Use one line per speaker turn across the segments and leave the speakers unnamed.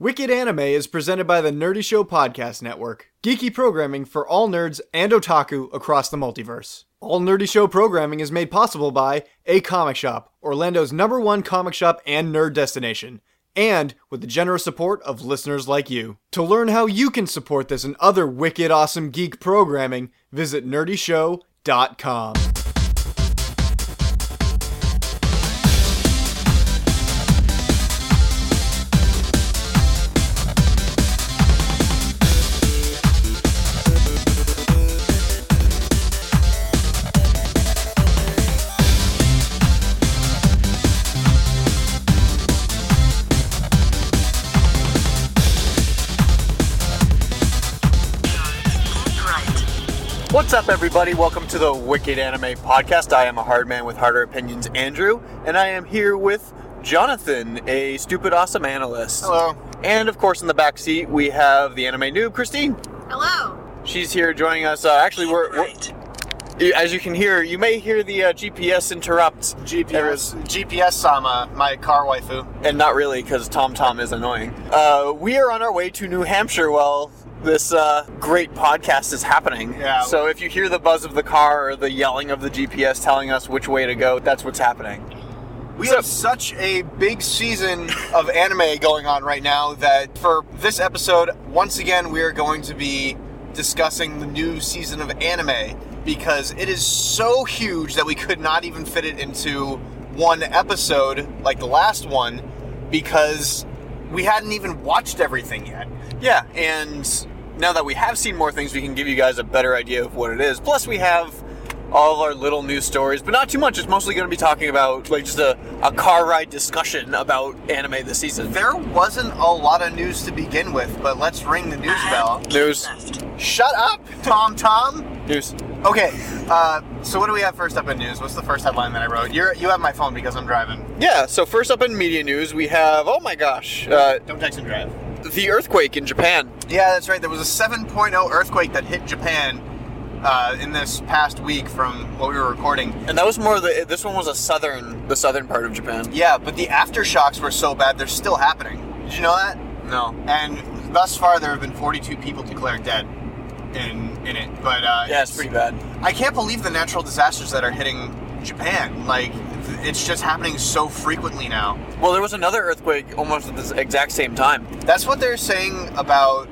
Wicked Anime is presented by the Nerdy Show Podcast Network, geeky programming for all nerds and otaku across the multiverse. All Nerdy Show programming is made possible by A Comic Shop, Orlando's number one comic shop and nerd destination, and with the generous support of listeners like you. To learn how you can support this and other wicked awesome geek programming, visit nerdyshow.com. What's up, everybody? Welcome to the Wicked Anime Podcast. I am a hard man with harder opinions, Andrew, and I am here with Jonathan, a stupid awesome analyst.
Hello.
And of course, in the back seat, we have the anime noob, Christine.
Hello.
She's here joining us. Uh, actually, we're, we're-
Right.
as you can hear, you may hear the uh, GPS interrupt,
GPS GPS Sama, uh, my car waifu.
and not really because Tom Tom is annoying. Uh, we are on our way to New Hampshire while this uh, great podcast is happening.
Yeah.
So if you hear the buzz of the car or the yelling of the GPS telling us which way to go, that's what's happening.
We have such a big season of anime going on right now that for this episode, once again, we are going to be discussing the new season of anime because it is so huge that we could not even fit it into one episode like the last one because we hadn't even watched everything yet.
Yeah, and now that we have seen more things, we can give you guys a better idea of what it is. Plus, we have all of our little news stories, but not too much. It's mostly going to be talking about like just a, a car ride discussion about anime this season.
There wasn't a lot of news to begin with, but let's ring the news bell.
News,
Left.
Shut up, Tom Tom!
news.
Okay, uh, so what do we have first up in news? What's the first headline that I wrote? You're, you have my phone because I'm driving.
Yeah, so first up in media news, we have oh my gosh, uh,
Don't text and drive.
the earthquake in Japan.
Yeah, that's right. There was a 7.0 earthquake that hit Japan uh, in this past week from what we were recording.
And that was more the this one was a southern the southern part of Japan.
Yeah, but the aftershocks were so bad, they're still happening. Did you know that?
No.
And thus far, there have been 42 people declared dead in in it. But uh,
Yeah, it's pretty bad.
I can't believe the natural disasters that are hitting Japan. Like, th- it's just happening so frequently now.
Well, there was another earthquake almost at this exact same time.
That's what they're saying about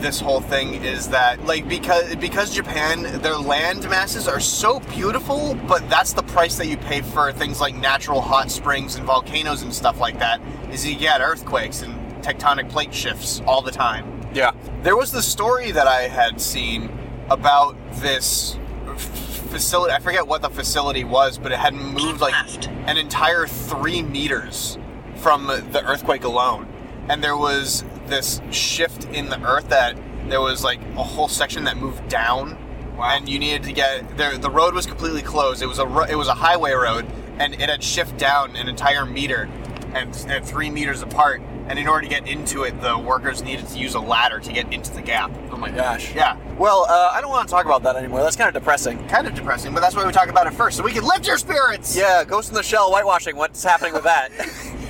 this whole thing is that like because because Japan their land masses are so beautiful but that's the price that you pay for things like natural hot springs and volcanoes and stuff like that is you get earthquakes and tectonic plate shifts all the time
Yeah.
there was the story that I had seen about this f- facility. I forget what the facility was, but it had moved like
Left.
an entire three meters from the earthquake alone. And there was this shift in the earth that there was like a whole section that moved down. And you needed to get there. The road was completely closed. It was a ro- it was a highway road, and it had shift down an entire meter, and, and three meters apart. And in order to get into it, the workers needed to use a ladder to get into the gap.
Oh my gosh.
Yeah,
Well, uh, I don't want to talk about that anymore. That's kind of depressing.
kind of depressing, but that's why we talk about it first, so we can lift your spirits.
Yeah, Ghost in the Shell whitewashing. What's happening with that?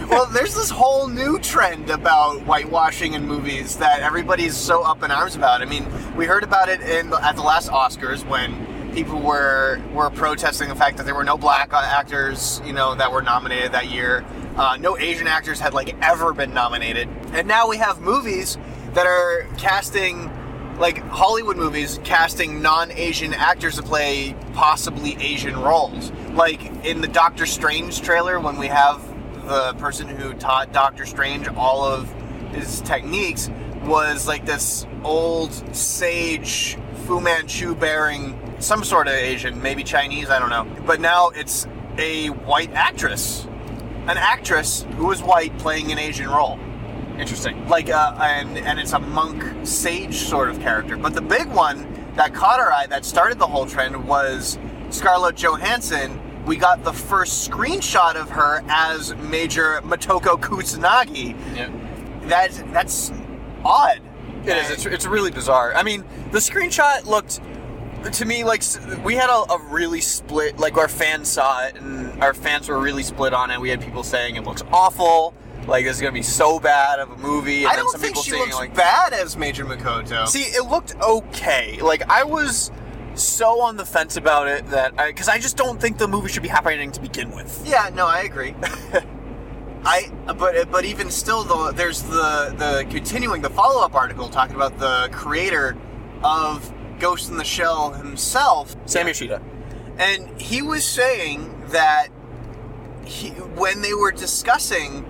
well, there's this whole new trend about whitewashing in movies that everybody's so up in arms about. I mean, we heard about it in the, at the last Oscars when people were were protesting the fact that there were no black uh, actors, you know, that were nominated that year. Uh, no Asian actors had like ever been nominated, and now we have movies that are casting like Hollywood movies casting non-Asian actors to play possibly Asian roles. Like in the Doctor Strange trailer when we have the person who taught Doctor Strange all of his techniques was like this old sage Fu Manchu bearing some sort of Asian, maybe Chinese, I don't know. But now it's a white actress an actress who was white playing an Asian role.
Interesting.
Like, uh, and, and it's a monk sage sort of character. But the big one that caught our eye that started the whole trend was Scarlett Johansson. We got the first screenshot of her as Major Motoko Kusanagi.
Yeah.
That's, that's odd.
It is. It's, it's really bizarre. I mean, the screenshot looked to me like s- we had a, a really split. Like our fans saw it, and our fans were really split on it. We had people saying it looks awful. Like this is gonna be so bad of a movie. And
I
then
don't
some
think
people
she
saying
looks
like,
bad as Major Makoto.
See, it looked okay. Like I was so on the fence about it that I because I just don't think the movie should be happening to begin with.
Yeah, no, I agree. I but but even still though, there's the the continuing the follow up article talking about the creator of Ghost in the Shell himself,
Sam Yoshida.
and he was saying that he, when they were discussing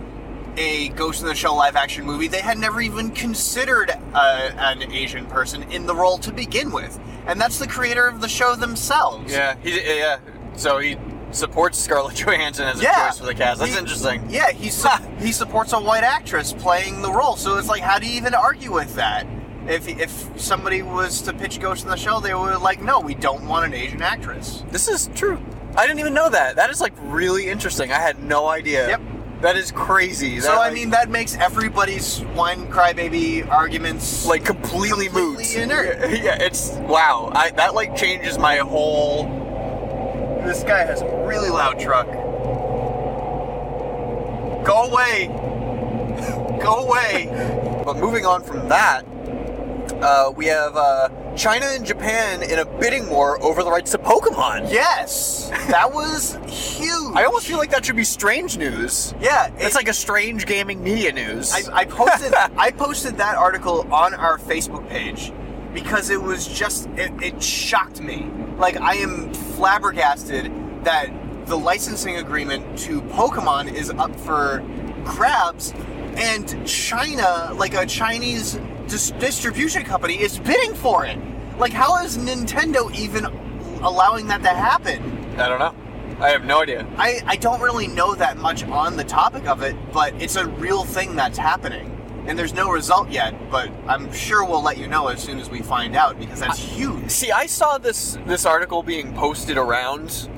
a Ghost in the Shell live action movie, they had never even considered uh, an Asian person in the role to begin with, and that's the creator of the show themselves.
Yeah, he yeah. So he supports Scarlett Johansson as a
Yeah.
choice for the cast. That's
He-
interesting.
Yeah, he su- he supports a white actress playing the role, so it's like, how do you even argue with that? If if somebody was to pitch Ghost in the Shell, they were like, no, we don't want an Asian actress.
This is true. I didn't even know that. That is like really interesting. I had no idea.
Yep.
That is crazy.
So
That,
I
like-
mean, that makes everybody's one crybaby arguments
like completely,
Completely
moot.
inert.
yeah, it's wow. I that like changes my whole
this guy has a really loud truck. Go away. Go away.
But moving on from that, uh, we have uh, China and Japan in a bidding war over the rights to Pokemon.
yes, that was huge.
I almost feel like that should be strange news.
yeah,
It's like a strange gaming media news.
I, I posted I posted that article on our Facebook page because it was just it, it shocked me. Like I am flabbergasted that the licensing agreement to Pokemon is up for grabs, and China, like a Chinese dis- distribution company, is bidding for it. Like how is Nintendo even allowing that to happen?
I don't know. I have no idea.
I, I don't really know that much on the topic of it, but it's a real thing that's happening. And there's no result yet, but I'm sure we'll let you know as soon as we find out because that's huge.
See, I saw this this article being posted around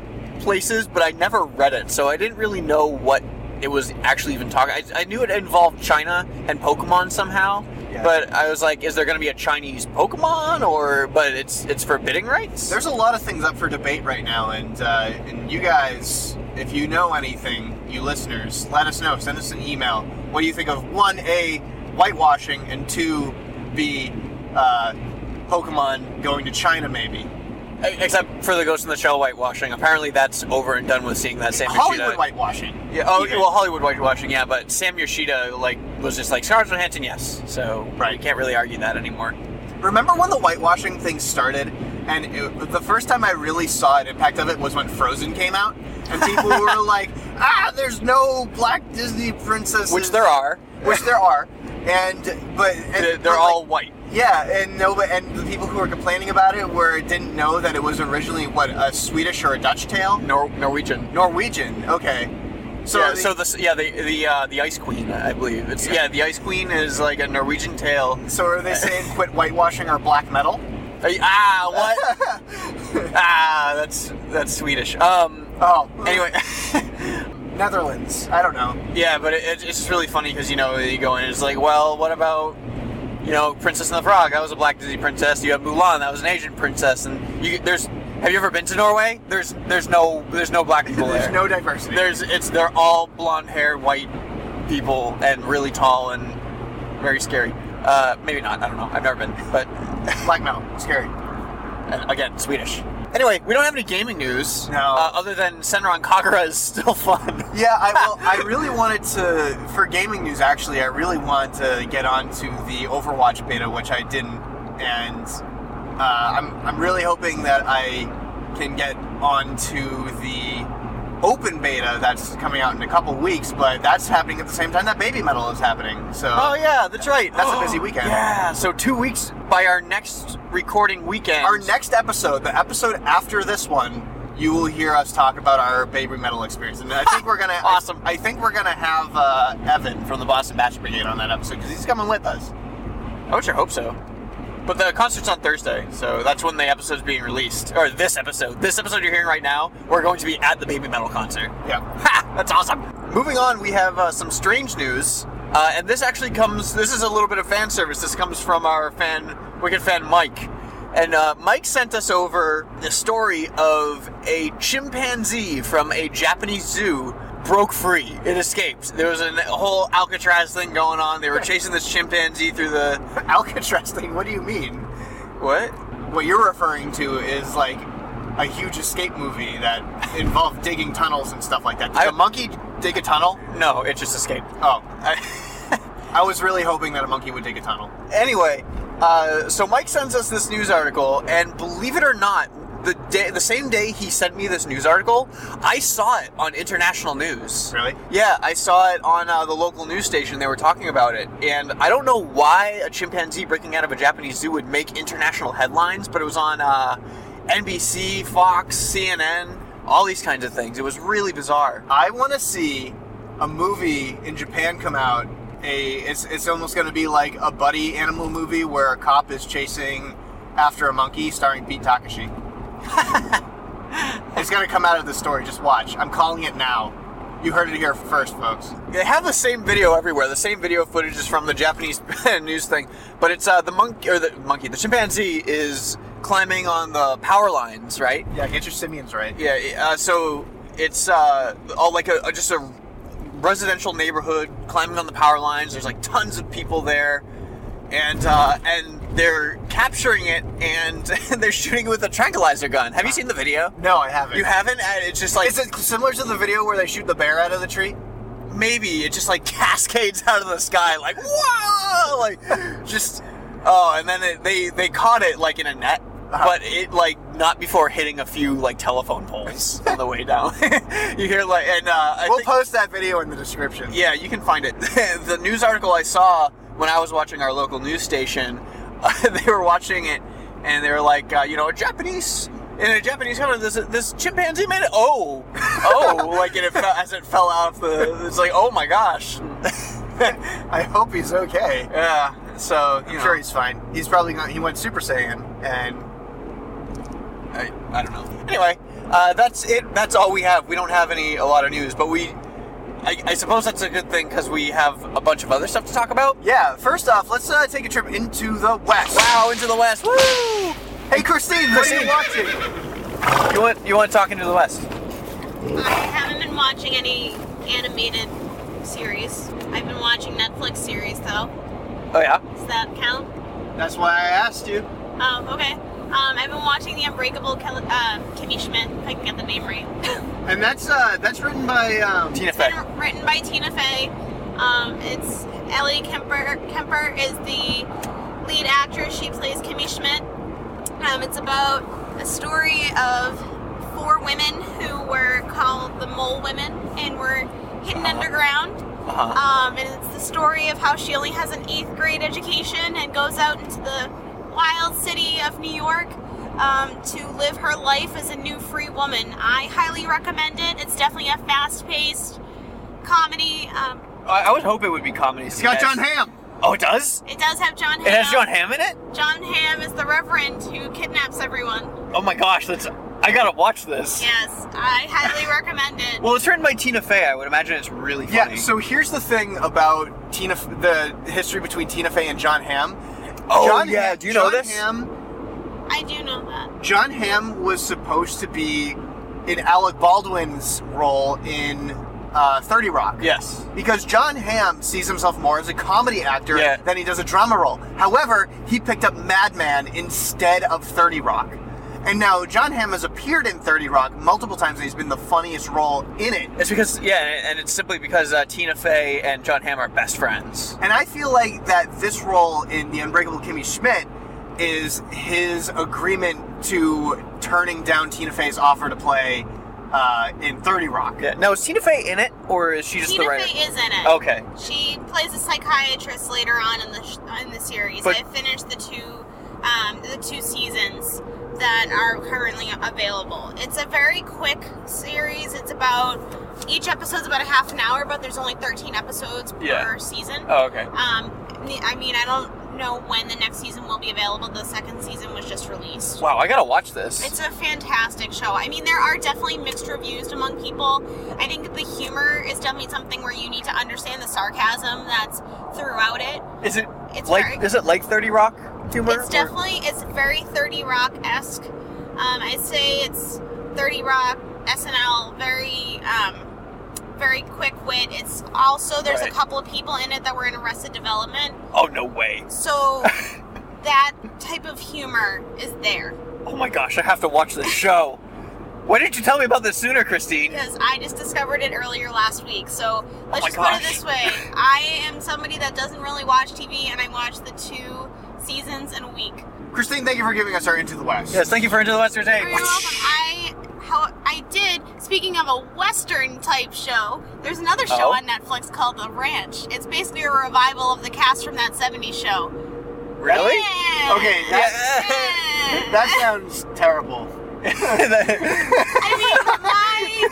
places, but I never read it, so I didn't really know what it was actually even talking. I, I knew it involved China and Pokemon somehow,
Yeah.
but I was like, is there going to be a Chinese Pokemon, or but it's it's for bidding rights?
There's a lot of things up for debate right now, and uh, and you guys, if you know anything, you listeners, let us know. Send us an email. What do you think of one a whitewashing and two b uh, Pokemon going to China maybe?
Except for the Ghost in the Shell whitewashing. Apparently, that's over and done with. Seeing that Sam
Hollywood
Yoshida.
whitewashing.
yeah, oh,
Even.
well, Hollywood whitewashing. Yeah, but Sam Yoshida like was just like Scarlett Johansson, yes. So
Right.
you can't really argue that anymore.
Remember when the whitewashing thing started? And it, the first time I really saw an impact of it was when Frozen came out, and people were like, "Ah, there's no black Disney princesses,"
Which there are.
which there are, and but and,
They're,
but,
they're
like,
all white.
yeah, and no, but and the people who were complaining about it were didn't know that it was originally what a Swedish or a Dutch tale,
Nor- Norwegian.
Norwegian. Okay,
So,
so
yeah,
they-
so the yeah the the uh, the Ice Queen, I believe it's yeah. the Ice Queen is like a Norwegian tale.
so are they saying quit whitewashing our black metal?
Are you- ah, what? ah, that's that's Swedish. Um,
Oh,
anyway,
Netherlands. I don't know.
yeah, but it, it's just really funny because you know you go in, it's like, well, what about you know Princess and the Frog? That was a black Disney princess. You have Mulan, that was an Asian princess, and you there's have you ever been to Norway? There's there's no there's no black people
There's
there.
no diversity.
There's it's they're all blonde hair, white people, and really tall and very scary. Uh, maybe not. I don't know. I've never been, but
black metal. Scary.
and again, Swedish. Anyway, we don't have any gaming news.
No.
Uh, other than Senran Kagura is still fun.
Yeah, I well, I really wanted to for gaming news. Actually, I really wanted to get onto the Overwatch beta, which I didn't, and uh, I'm I'm really hoping that I can get onto the open beta that's coming out in a couple weeks. But that's happening at the same time that Baby Metal is happening. So
Oh yeah, that's right.
That's a busy weekend.
Yeah. So two weeks by our next recording weekend.
our next episode, the episode after this one, you will hear us talk about our baby metal experience. And I think we're gonna
Awesome.
I, think we're gonna have uh, Evan from the Boston Batch Brigade on that episode because he's coming with us.
I would sure hope so. But the concert's on Thursday, so that's when the episode's being released. Or this episode. This episode you're hearing right now, we're going to be at the Baby Metal concert.
Yeah.
Ha! That's awesome. Moving on, we have uh, some strange news. Uh, and this actually comes, this is a little bit of fan service. This comes from our fan, Wicked fan Mike. And uh, Mike sent us over the story of a chimpanzee from a Japanese zoo broke free. It escaped. There was an- a whole Alcatraz thing going on. They were chasing this chimpanzee through the.
Alcatraz thing. What do you mean?
What?
What you're referring to is like a huge escape movie that involved digging tunnels and stuff like that. Did
I-
the monkey dig a tunnel?
No, it just escaped.
Oh, I, I was really hoping that a monkey would dig a tunnel.
Anyway, uh, so Mike sends us this news article, and believe it or not, the day, the same day he sent me this news article, I saw it on international news.
Really?
Yeah, I saw it on uh, the local news station. They were talking about it, and I don't know why a chimpanzee breaking out of a Japanese zoo would make international headlines, but it was on uh, NBC, Fox, CNN, all these kinds of things. It was really bizarre.
I want to see a movie in Japan come out. A it's it's almost going to be like a buddy animal movie where a cop is chasing mm, after a monkey, starring Pete Takashi. it's going to come out of the story. Just watch. I'm calling it now. You heard it here first, folks.
They have the same video everywhere. The same video footage is from the Japanese news thing, but it's uh, the monkey or the monkey, the chimpanzee is climbing on the power lines, right?
Yeah, get your simians right.
Yeah. Uh, so it's uh, all like a, a- just a residential neighborhood, climbing on the power lines. There's like tons of people there, and uh, and they're capturing it and they're shooting it with a tranquilizer gun. Have you seen the video?
No, I haven't.
You haven't? Uh, It's just like
Is it similar to the video where they shoot the bear out of the tree?
maybe it just like cascades out of the sky like whoa like just oh and then it, they they caught it like in a net but it like not before hitting a few like telephone poles on the way down you hear like and uh I
we'll
think-
post that video in the description.
yeah, you can find it. the news article I saw when I was watching our local news station, uh, they were watching it and they were like, uh, you know, a Japanese in a Japanese country, this this chimpanzee made it. Oh, oh, like and it fell, as it fell off the. It's like, oh my gosh.
I hope he's okay.
yeah. So you
I'm
know,
sure he's fine. He's probably not. He went Super Saiyan, and
I, I don't know. Anyway, uh, that's it. That's all we have. We don't have any a lot of news, but we. I, I suppose that's a good thing because we have a bunch of other stuff to talk about.
yeah. First off, let's uh, take a trip into the West.
Wow, into the west. Woo!
Hey, Christine, what are you watching?
You want you want to talk into the west?
I haven't been watching any animated series. I've been watching Netflix series though.
Oh yeah.
Does that count?
That's why I asked you.
Um, okay. Um, I've been watching The Unbreakable Kelly, uh, Kimmy Schmidt, if I can get the name right.
And that's uh, that's written by um,
Tina Fey.
Written- Written by Tina Fey. Um, it's Ellie Kemper. Kemper is the lead actress. She plays Kimmy Schmidt. Um, it's about a story of four women who were called the Mole Women and were hidden underground.
Uh-huh.
Um, and it's the story of how she only has an eighth grade education and goes out into the wild city of New York um, to live her life as a new free woman. I highly recommend it. It's definitely a fast paced comedy. Um,
I, I would hope it would be comedy.
it's got John Hamm.
Oh, it does.
it does have John Hamm.
It has John Hamm in it.
John Hamm is the reverend who kidnaps everyone.
Oh my gosh, that's. I gotta watch this.
Yes, I highly recommend it.
Well, it's written by Tina Fey. I would imagine it's really funny.
Yeah. So here's the thing about Tina, F- the history between Tina Fey and John Hamm.
Oh,
John
yeah,
Hamm-
do you know
John
this?
Hamm,
I do know that.
John Hamm was supposed to be in Alec Baldwin's role in uh, Thirty Rock.
yes.
Because John Hamm sees himself more as a comedy actor
Yeah.
than he does a drama role. However, he picked up Madman instead of 30 Rock. And now John Hamm has appeared in 30 Rock multiple times and he's been the funniest role in it.
It's because yeah, and it's simply because uh, Tina Fey and John Hamm are best friends.
And I feel like that this role in The Unbreakable Kimmy Schmidt is his agreement to turning down Tina Fey's offer to play uh, in 30 Rock.
Yeah. Now is Tina Fey in it, or is she just
Tina
the writer?
Fey is in it.
Okay.
She plays a psychiatrist later on in the sh- in the series.
But-
I finished the two um, the two seasons that are currently available. It's a very quick series. It's about each episode's about a half an hour, but there's only 13 episodes
Yeah.
per season.
Oh, okay.
Um, I mean, I don't know when the next season will be available. The second season was just released.
Wow, I gotta watch this.
It's a fantastic show. I mean, there are definitely mixed reviews among people. I think the humor is definitely something where you need to understand the sarcasm that's throughout it.
is it
it's
like
very-
is it like Thirty Rock humor?
It's
or-
definitely it's very 30 Rock esque. Um, I say it's 30 Rock SNL. Very um, very quick wit. It's also there's
Right.
a couple of people in it that were in Arrested Development,
Oh no way!
so that type of humor is there.
Oh my gosh, I have to watch this show. Why didn't you tell me about this sooner, Christine?
because I just discovered it earlier last week. So let's
Oh my
just put it
gosh.
this way: I am somebody that doesn't really watch TV, and I watch the two seasons in a week.
Christine, thank you for giving us our Into the West.
Yes, thank you for Into the Western Day.
You're welcome. I how I did. Speaking of a Western type show, there's another show
Oh.
on Netflix called The Ranch. It's basically a revival of the cast from that '70s show.
Really?
Yeah.
Okay, that,
Yeah.
that sounds terrible.
I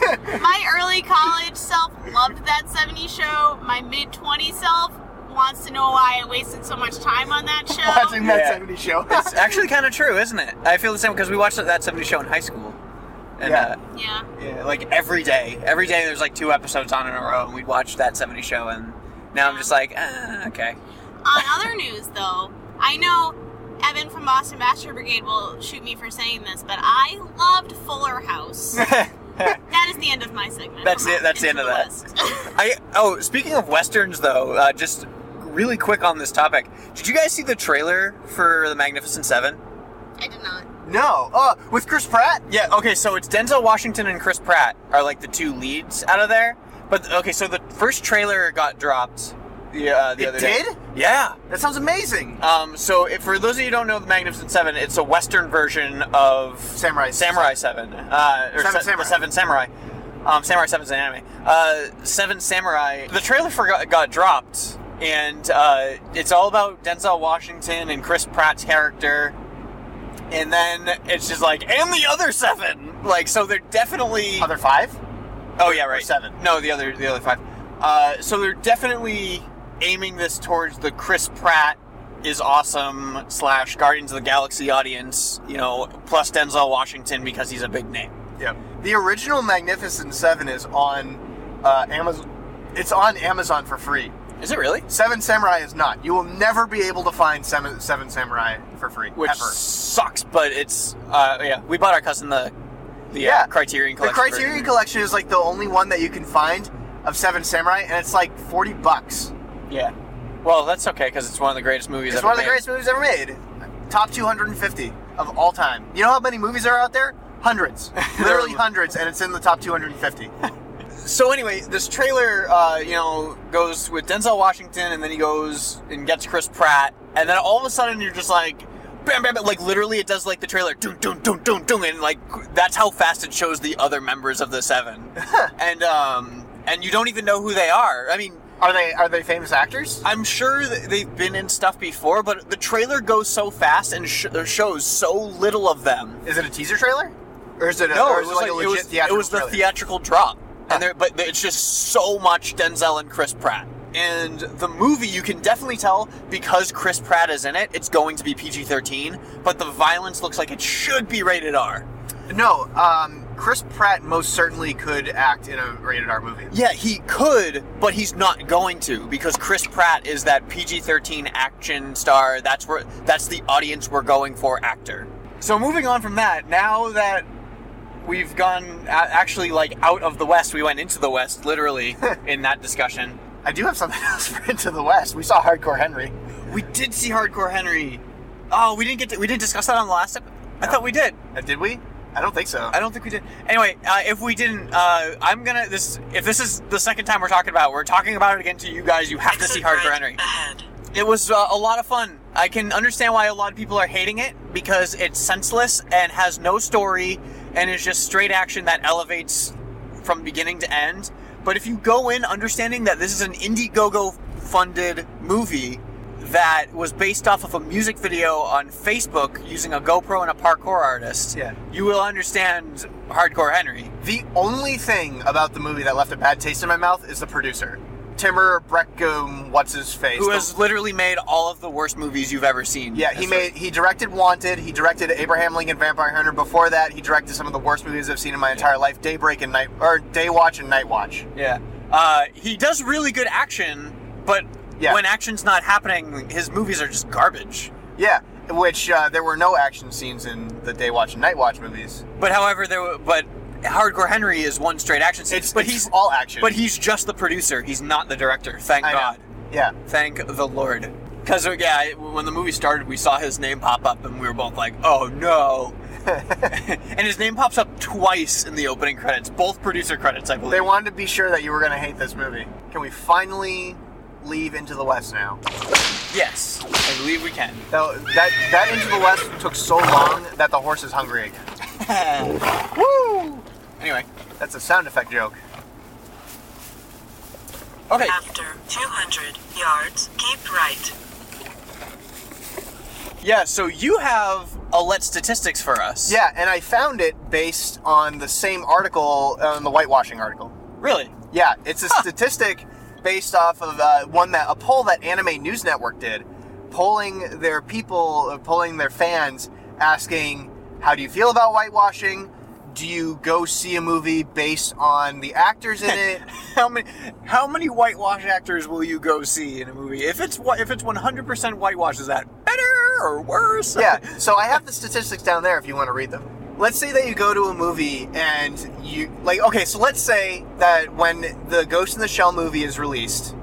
mean, my, my early college self loved that 70s show. My mid 20 self wants to know why I wasted so much time on that show.
Watching that
Yeah.
70 show.
it's actually kind of true, isn't it? I feel the same because we watched that 70 show in high school. And, Uh,
Yeah.
Yeah.
Yeah, like every day. Every day there's like two episodes on in a row, and we'd watch that 70 show, and now I'm just like, ah, okay.
On other news, though, I know Evan from Boston Bachelor Brigade will shoot me for saying this, but I loved Fuller House. that is the end of my segment.
That's
Come
it-
on,
that's the
into
end of that.
list.
I oh, speaking of westerns though, uh, just really quick on this topic. Did you guys see the trailer for The Magnificent Seven?
I did not.
no. Uh, with Chris Pratt?
Yeah, okay, so it's Denzel Washington and Chris Pratt are like the two leads out of there. But okay, so the first trailer got dropped the, uh, the
It
other day.
did?
Yeah.
That sounds amazing.
Um, so if, for those of you who don't know The Magnificent Seven, it's a Western version of
Samurai
Samurai Seven. Uh, or
Seven
se-
Samurai.
The Seven Samurai. Um, Samurai Seven's an anime. Uh, Seven Samurai. The trailer for got, got dropped, and uh, it's all about Denzel Washington and Chris Pratt's character. And then it's just like, and the other seven. Like, so they're definitely
Other five?
Oh yeah, right.
seven?
No, the other the other five. Uh, so they're definitely aiming this towards the Chris Pratt is awesome slash Guardians of the Galaxy audience. You know, plus Denzel Washington because he's a big name.
Yep. The original Magnificent Seven is on uh, Amazon. It's on Amazon for free.
Is it really?
Seven Samurai is not. You will never be able to find Seven, Seven Samurai for free.
Which
ever.
sucks, but it's uh, yeah. We bought our cousin the the
Yeah.
uh, Criterion
The
collection.
Criterion
version.
Collection is like the only one that you can find of Seven Samurai, and it's like forty bucks.
Yeah. Well, that's okay because it's one of the greatest movies.
It's
ever
one of the
made.
greatest movies ever made. Top 250 of all time. You know how many movies are out there? Hundreds. Literally hundreds, and it's in the top 250.
so anyway, this trailer, uh, you know, goes with Denzel Washington, and then he goes and gets Chris Pratt, and then all of a sudden you're just like, bam, bam, bam, like literally it does like the trailer, doom, doom, doom, doom, doom, and like that's how fast it shows the other members of the Seven, and um, and you don't even know who they are. I mean,
Are they are they famous actors?
I'm sure that they've been in stuff before, but the trailer goes so fast and sh- shows so little of them
Is it a teaser trailer? Or is it a,
no,
or
it
is
was like, it
a legit
was,
theatrical
it was the
trailer?
theatrical drop, and there, but it's just so much Denzel and Chris Pratt. And the movie, you can definitely tell because Chris Pratt is in it, it's going to be PG thirteen. But the violence looks like it should be rated R.
No, um, Chris Pratt most certainly could act in a rated R movie.
Yeah, he could, but he's not going to because Chris Pratt is that PG thirteen action star. That's where that's the audience we're going for actor. So moving on from that, now that we've gone a- actually like out of the West, we went into the West literally in that discussion.
I do have something else for Into the West. We saw Hardcore Henry.
We did see Hardcore Henry. Oh, we didn't get to, we didn't discuss that on the last episode. I thought we did.
Uh, did we? I don't think so.
I don't think we did. Anyway, uh, if we didn't, uh, I'm gonna this. If this is the second time we're talking about, it, we're talking about it again to you guys. You have to see Hardcore Henry. It was uh, a lot of fun. I can understand why a lot of people are hating it because it's senseless and has no story and is just straight action that elevates from beginning to end. But if you go in understanding that this is an Indiegogo funded movie, that was based off of a music video on Facebook using a GoPro and a parkour artist,
Yeah.
you will understand Hardcore Henry.
The only thing about the movie that left a bad taste in my mouth is the producer, Timur Breckum. What's his face?
who
The-
has literally made all of the worst movies you've ever seen.
Yeah, he
That's
made he directed Wanted. He directed Abraham Lincoln Vampire Hunter. Before that, he directed some of the worst movies I've seen in my entire life: Daybreak and Night or Day Watch and Night Watch.
right. Yeah. Uh, he does really good action, but
Yeah.
when action's not happening, his movies are just garbage.
Yeah, which uh, there were no action scenes in the Day Watch and Night Watch movies.
But however, there were- but Hardcore Henry is one straight action scene.
It's
but
it's
he's
all action.
but he's just the producer. He's not the director. Thank
I know.
God.
Yeah,
Thank the Lord. Because yeah, I- when the movie started, we saw his name pop up, and we were both like, "Oh no!" and his name pops up twice in the opening credits, both producer credits, I believe.
they wanted to be sure that you were going to hate this movie. Can we finally leave Into the West now?
Yes, I believe we can.
Now, that that Into the West took so long that the horse is hungry again.
Anyway,
That's a sound effect joke.
okay.
After 200 yards, keep right.
Yeah, so you have a let statistics for us.
Yeah, and I found it based on the same article, on the whitewashing article.
Really?
Yeah, it's a statistic based off of uh, one that a poll that Anime News Network did, polling their people, uh, polling their fans, asking, "How do you feel about whitewashing? Do you go see a movie based on the actors in it?"
How many how many whitewash actors will you go see in a movie? If it's whi- if it's 100% whitewash, is that better or worse?
yeah, so I have the statistics down there if you want to read them. Let's say that you go to a movie and you like okay, so let's say that when the Ghost in the Shell movie is released,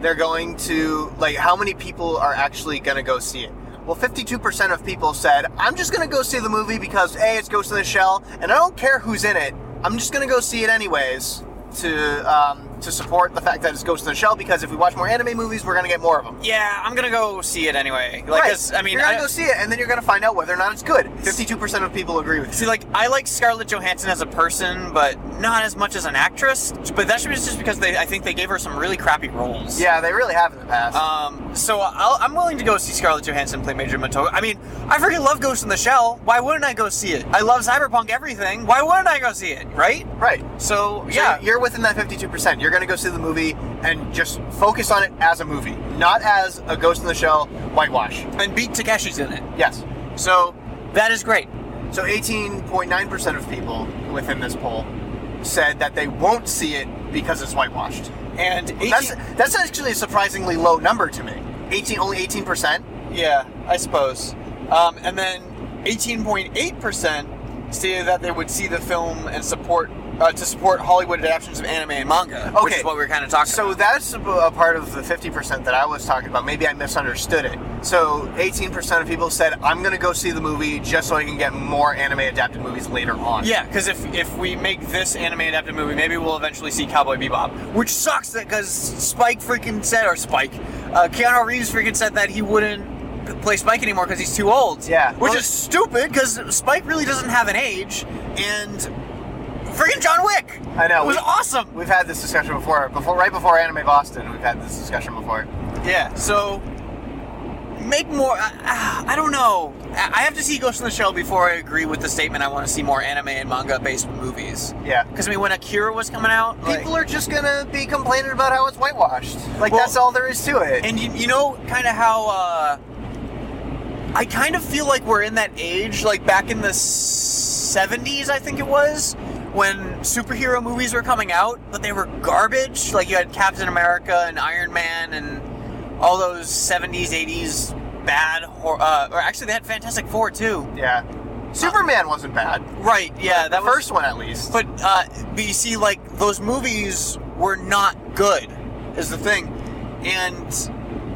they're going to like how many people are actually going to go see it? Well, 52% of people said, "I'm just going to go see the movie because A, it's Ghost in the Shell and I don't care who's in it. I'm just going to go see it anyways." To um, to support the fact that it's Ghost in the Shell because if we watch more anime movies, we're going to get more of them.
Yeah, I'm gonna go see it anyway. Like, 'cause, I mean,
you're gonna
I,
go see it, and then you're gonna find out whether or not it's good. Fifty-two percent of people agree with you.
see, like, I like Scarlett Johansson as a person, but not as much as an actress. But that should be just because they, I think they gave her some really crappy roles.
Yeah, they really have in the past.
Um, so I'll, I'm willing to go see Scarlett Johansson play Major Matoga. I mean, I freaking love Ghost in the Shell. Why wouldn't I go see it? I love Cyberpunk everything. Why wouldn't I go see it? Right?
right.
So
So
yeah,
you're within that fifty-two percent. You're gonna go see the movie and just focus on it as a movie, not as a Ghost in the Shell whitewash.
and beat Takeshi's in it.
Yes.
So that is great.
So eighteen point nine percent of people within this poll said that they won't see it because it's whitewashed.
And 18,
That's that's actually a surprisingly low number to me. Eighteen, only eighteen percent.
yeah, I suppose. Um, and then 18.8 percent stated that they would see the film and support uh, to support Hollywood adaptations of anime and manga, which
Okay.
is what we were kind of talking.
So
about.
that's a a part of the 50% that I was talking about. Maybe I misunderstood it. So 18% of people said, I'm going to go see the movie just so I can get more anime adapted movies later on.
Yeah, because if if we make this anime adapted movie, maybe we'll eventually see Cowboy Bebop, which sucks that because Spike freaking said or Spike, uh, Keanu Reeves freaking said that he wouldn't play Spike anymore because he's too old.
Yeah.
which
Well-
is stupid because Spike really doesn't have an age, and freaking John Wick.
I know.
it was
We-
awesome.
We've had this discussion before, before right before Anime Boston, we've had this discussion before.
Yeah, so make more. uh, I, I don't know. I I have to see Ghost in the Shell before I agree with the statement. I want to see more anime and manga based movies.
Yeah.
Because I mean, when Akira was coming out, like-
People are just going to be complaining about how it's whitewashed. Like,
Well-
that's all there is to it.
And you, you know, kind of how uh, I kind of feel like we're in that age, like back in the 70s, I think it was, when superhero movies were coming out, but they were garbage. Like you had Captain America and Iron Man and all those 70s, 80s bad, hor- uh, or actually they had Fantastic Four too.
yeah. Superman wasn't bad.
Right, yeah, that
the
was.
first one, at least.
But uh, but you see, like those movies were not good, is the thing, and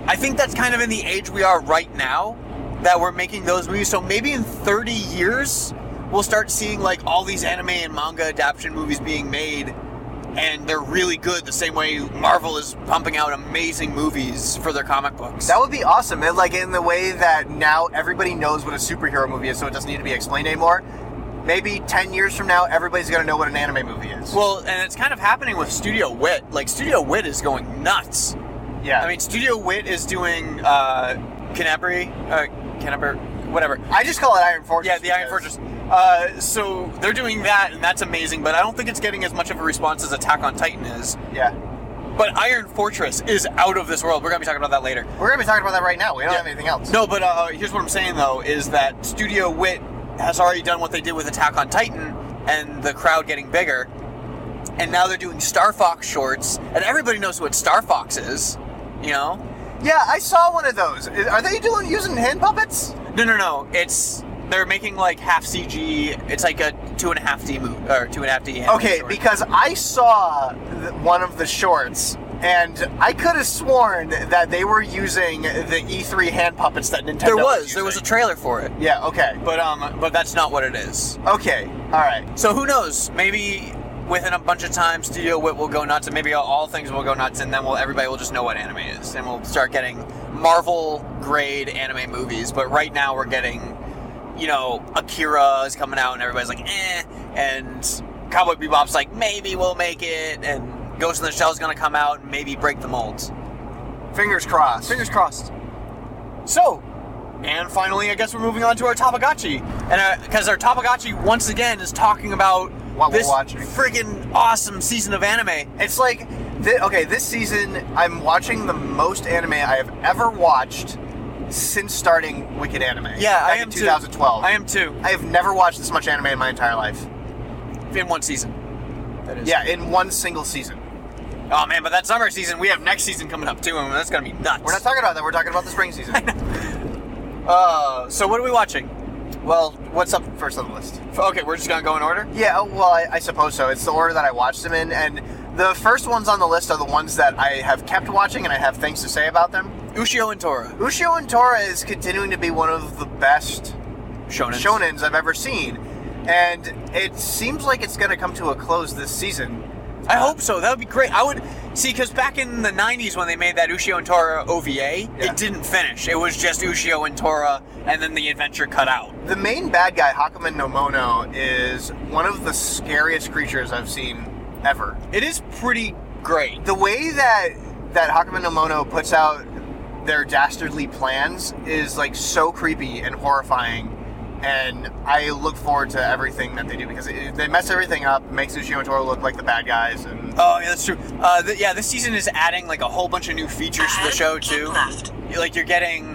I think that's kind of in the age we are right now that we're making those movies. So maybe in 30 years, we'll start seeing like all these anime and manga adaptation movies being made, and they're really good. The same way Marvel is pumping out amazing movies for their comic books.
That would be awesome. And like in the way that now everybody knows what a superhero movie is, so it doesn't need to be explained anymore. Maybe ten years from now, everybody's gonna know what an anime movie is.
well, and it's kind of happening with Studio Wit. Like Studio Wit is going nuts.
Yeah.
I mean, Studio Wit is doing uh, Canterbury, uh, Canterbury, whatever.
I just call it Iron Fortress.
Yeah, the Iron
because-
Fortress. Uh, so they're doing that, and that's amazing. But I don't think it's getting as much of a response as Attack on Titan is.
Yeah.
But Iron Fortress is out of this world. We're gonna be talking about that later.
We're going to be talking about that right now. We don't
Yeah.
have anything else.
No, but uh, here's what I'm saying though is that Studio Wit has already done what they did with Attack on Titan and the crowd getting bigger, and now they're doing Star Fox shorts, and everybody knows what Star Fox is, you know?
Yeah, I saw one of those. Is- Are they doing using hand puppets?
No, no, no. It's they're making like half CG. It's like a two and a half D move or two and a half D. animated
Okay,
short.
because I saw th- one of the shorts, and I could have sworn that they were using the E3 hand puppets that Nintendo.
there was there was a
using.
trailer for it,
yeah. Okay.
but um, but that's not what it is.
Okay. All right.
So who knows? Maybe within a bunch of time, Studio Wit will go nuts, and maybe all, all things will go nuts, and then we'll everybody will just know what anime is, and we'll start getting Marvel grade anime movies. But right now, we're getting, you know, Akira is coming out, and everybody's like, eh, and Cowboy Bebop's like, maybe we'll make it, and Ghost in the Shell's gonna come out and maybe break the mold.
Fingers crossed.
Fingers crossed. So, and finally, I guess we're moving on to our Topagachi, and because our Topagachi once again is talking about
What we're
this
watching.
friggin' awesome season of anime.
It's like, th- okay, this season I'm watching the most anime I have ever watched since starting Wicked Anime.
Yeah,
back
I
in
am too.
2012.
I am too.
I have never watched this much anime in my entire life.
In one season. That is.
Yeah, in one single season.
Oh man, but that summer season, we have next season coming up too, and that's gonna be nuts.
We're not talking about that. We're talking about the spring season.
uh, so what are we watching?
well, what's up first on the list?
F- Okay, we're just gonna go in order.
Yeah, oh, well, I, I suppose so. It's the order that I watched them in, and the first ones on the list are the ones that I have kept watching and I have things to say about them.
Ushio and Tora.
Ushio and Tora is continuing to be one of the best
Shonen.
shonens I've ever seen, and it seems like it's going to come to a close this season.
I hope so. That would be great. I would see because back in the '90s when they made that Ushio and Tora OVA,
Yeah.
it didn't finish. It was just Ushio and Tora, and then the adventure cut out.
The main bad guy, Hakumen no Mono, is one of the scariest creatures I've seen ever.
It is pretty great.
The way that that Hakumen no Mono puts out their dastardly plans is like so creepy and horrifying. And I look forward to everything that they do because it, they mess everything up, makes Ushio and Toro look like the bad guys, and
Oh yeah, that's true. Uh, th- yeah, this season is adding like a whole bunch of new features to the
Ahead,
show
keep
too.
Left.
Like you're getting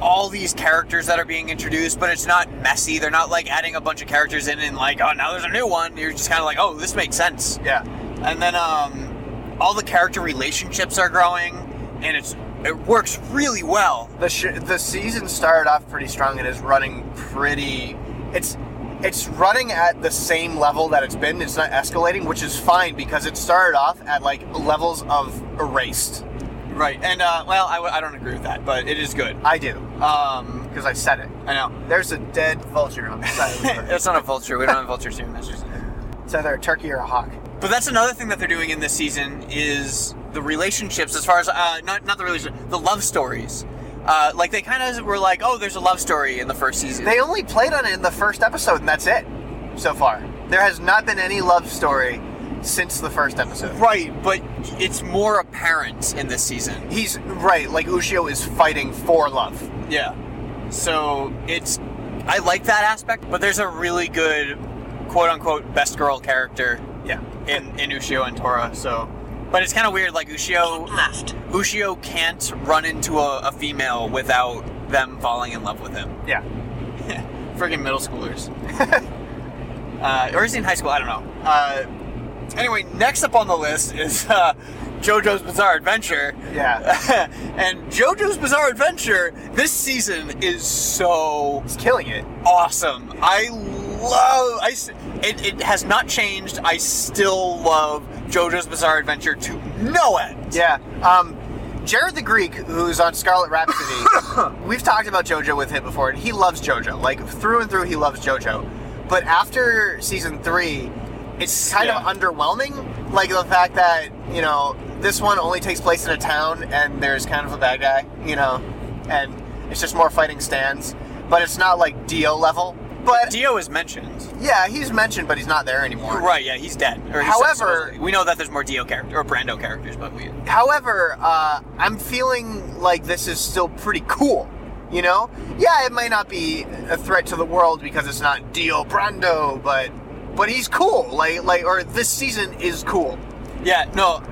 all these characters that are being introduced, but it's not messy. They're not like adding a bunch of characters in and like, oh, now there's a new one. You're just kind of like, oh, this makes sense.
yeah,
And then um, all the character relationships are growing, and it's it works really well.
the sh- the season started off pretty strong and is running pretty. It's it's running at the same level that it's been. It's not escalating, which is fine because it started off at like levels of erased.
Right. And uh, well, I, w- I don't agree with that, but it is good.
I do
Um,
because I said it.
I know.
There's a dead vulture on the side of the river.
it's not a vulture. We don't have vultures here. That's just.
It's either a turkey or a hawk.
But that's another thing that they're doing in this season is the relationships, as far as uh, not not the relationship, the love stories. Uh, like they kind of were like, oh, there's a love story in the first season.
They only played on it in the first episode, and that's it so far. There has not been any love story since the first episode.
right, but it's more apparent in this season.
He's right. Like Ushio is fighting for love.
Yeah. So it's I like that aspect, but there's a really good quote unquote best girl character
Yeah.
in in Ushio and Tora. So, but it's kind of weird. Like Ushio,
Left.
Ushio can't run into a, a female without them falling in love with him.
Yeah.
friggin' middle schoolers. uh, or is he in high school? I don't know. Uh, anyway, next up on the list is uh, JoJo's Bizarre Adventure.
Yeah.
and JoJo's Bizarre Adventure this season is so
He's killing it.
awesome. I love. I s- it, it has not changed. I still love JoJo's Bizarre Adventure to no end.
Yeah. Um, Jared the Greek, who's on Scarlet Rhapsody, we've talked about JoJo with him before, and he loves JoJo. Like, through and through, he loves JoJo. But after season three, it's kind
Yeah.
of underwhelming. Like, the fact that, you know, this one only takes place in a town, and there's kind of a bad guy, you know, and it's just more fighting stands. But it's not like Dio level. But
Dio is mentioned.
yeah, he's mentioned, but he's not there anymore.
Right, yeah, he's dead. Or he's
However-
supposedly- we know that there's more Dio character or Brando characters, but we
However, uh, I'm feeling like this is still pretty cool. You know? Yeah, it might not be a threat to the world because it's not Dio Brando, but but he's cool. Like like or this season is cool.
Yeah, no.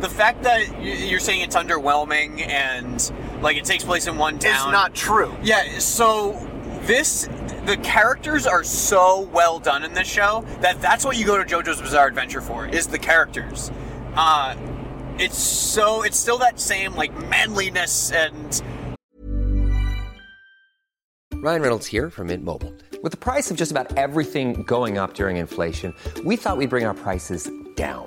The fact that y- you're saying it's underwhelming and like it takes place in one town.
It's not true.
Yeah, so this the characters are so well done in this show that that's what you go to JoJo's Bizarre Adventure for is the characters. Uh, it's so it's still that same like manliness and
Ryan Reynolds here from Mint Mobile. With the price of just about everything going up during inflation, we thought we'd bring our prices down.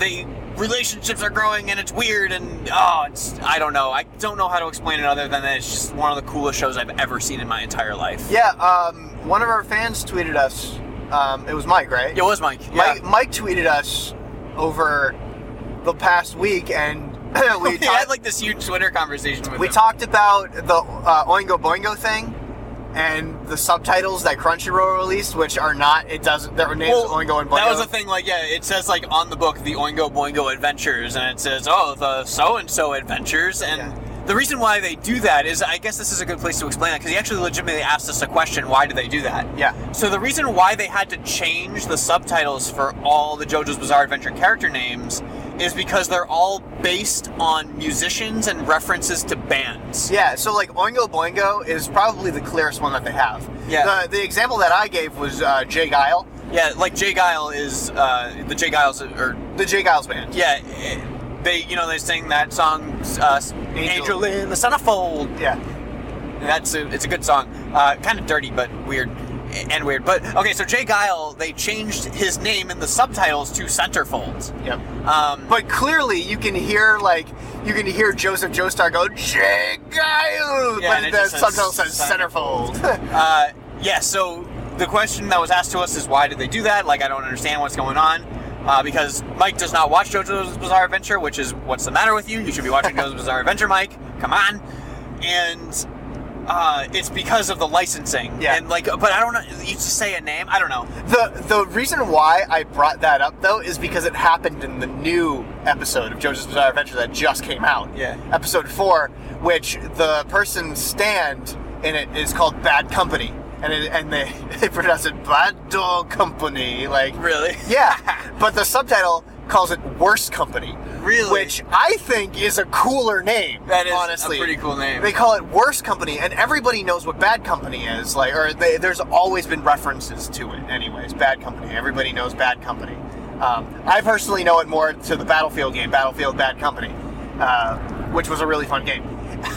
the relationships are growing and it's weird and oh it's I don't know I don't know how to explain it other than that it's just one of the coolest shows I've ever seen in my entire life.
Yeah, um, one of our fans tweeted us. Um, it was Mike, right?
It was Mike. Yeah.
Mike, Mike tweeted us over the past week, and we
we
talked,
had like this huge Twitter conversation with
we
him.
talked about the uh, Oingo Boingo thing and the subtitles that Crunchyroll released, which are not. It doesn't. Their names
Well,
Oingo and Boingo.
That was the thing. Like, yeah, it says like on the book the Oingo Boingo Adventures, and it says oh the so and so adventures. And the reason why they do that is, I guess this is a good place to explain that because he actually legitimately asked us a question: Why do they do that?
Yeah.
So the reason why they had to change the subtitles for all the JoJo's Bizarre Adventure character names is because they're all based on musicians and references to bands.
Yeah, so like Oingo Boingo is probably the clearest one that they have.
Yeah.
The, the example that I gave was uh, Jay Guile,
Yeah, like Jay Guile is uh, the Jay Giles or
the Jay Giles band.
Yeah, eh, they you know they sing that song, uh, Angel. in the Centerfold.
Yeah.
That's a, it's a good song. Uh, kind of dirty, but weird and weird. But okay, so Jay Guile they changed his name in the subtitles to Centerfold.
Yep.
Um,
But clearly, you can hear like you can hear Joseph Joestar go Jay Guile,
Yeah, and
but
it
the
just says
subtitle says
center-
centerfold.
uh, yeah, so the question that was asked to us is why did they do that? Like I don't understand what's going on. Uh, because Mike does not watch JoJo's Bizarre Adventure, which is what's the matter with you? You should be watching JoJo's Bizarre Adventure, Mike. Come on. And uh, it's because of the licensing.
Yeah.
And like, but I don't know. You just say a name. I don't know.
the the reason why I brought that up though is because it happened in the new episode of Joseph's Bizarre Adventure that just came out.
Yeah.
Episode four, which the person stand in it is called Bad Company, and it, and they they pronounce it Bad Dog Company, like
Really?
Yeah, but the subtitle calls it Worse Company.
Really?
Which I think is a cooler name.
That is a
honestly.
pretty cool name.
They call it Worse Company, and everybody knows what Bad Company is. Like, or they, there's always been references to it. Anyways, Bad Company. Everybody knows Bad Company. Um, I personally know it more to the Battlefield game, Battlefield Bad Company, uh, which was a really fun game.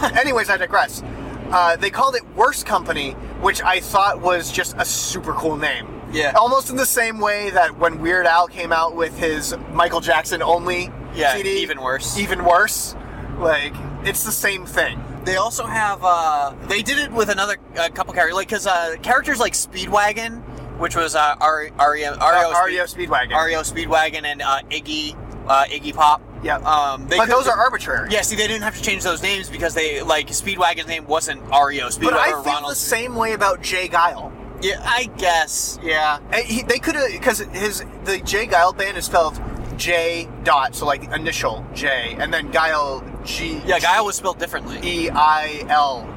Anyways, I digress. Uh, they called it Worse Company, which I thought was just a super cool name.
Yeah.
Almost in the same way that when Weird Al came out with his Michael Jackson only
Yeah,
CD,
even worse.
even worse. Like it's the same thing.
They also have. Uh, they did it with another uh, couple characters, like because uh, characters like Speedwagon, which was uh, Ari- Ari- Ario,
Uh,
E Speed-
REO Speedwagon.
Ario Speedwagon, and uh, Iggy, uh, Iggy Pop.
Yeah.
Um, they
but
could-
those are arbitrary.
Yeah, see, they didn't have to change those names because they like Speedwagon's name wasn't E Ario Speedwagon
But I
or
feel
Ronald.
the same way about Jay Guile.
Yeah, I guess.
Yeah. he, they could have because his the Jay Guile band is spelled J dot, so like the initial J, and then Guile G.
Yeah, Guile was spelled differently.
E I L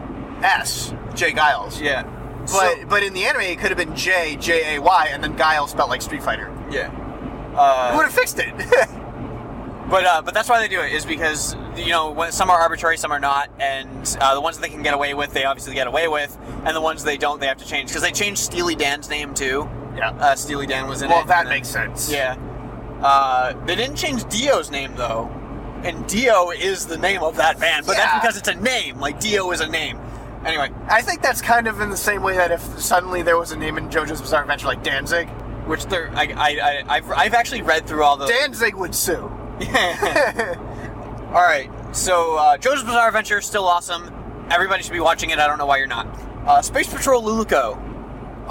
S. Jay Giles.
Yeah.
But but in the anime, it could have been J J A Y, and then Guile spelled like Street Fighter.
Yeah. Uh,
Would have fixed it.
But uh, but that's why they do it is because you know when some are arbitrary, some are not, and uh, the ones that they can get away with, they obviously get away with, and the ones they don't, they have to change because they changed Steely Dan's name too.
Yeah.
uh, Steely Dan was in
well,
it.
that
and then-
makes sense.
Yeah, uh, they didn't change Dio's name though, and Dio is the name of that band, but
Yeah.
that's because it's a name. Like Dio is a name. Anyway,
I think that's kind of in the same way that if suddenly there was a name in JoJo's Bizarre Adventure like Danzig,
which they're I I, I I've, I've actually read through all the
Danzig would sue.
All right, so uh, JoJo's Bizarre Adventure still awesome. Everybody should be watching it. I don't know why you're not. Uh, Space Patrol Luluko.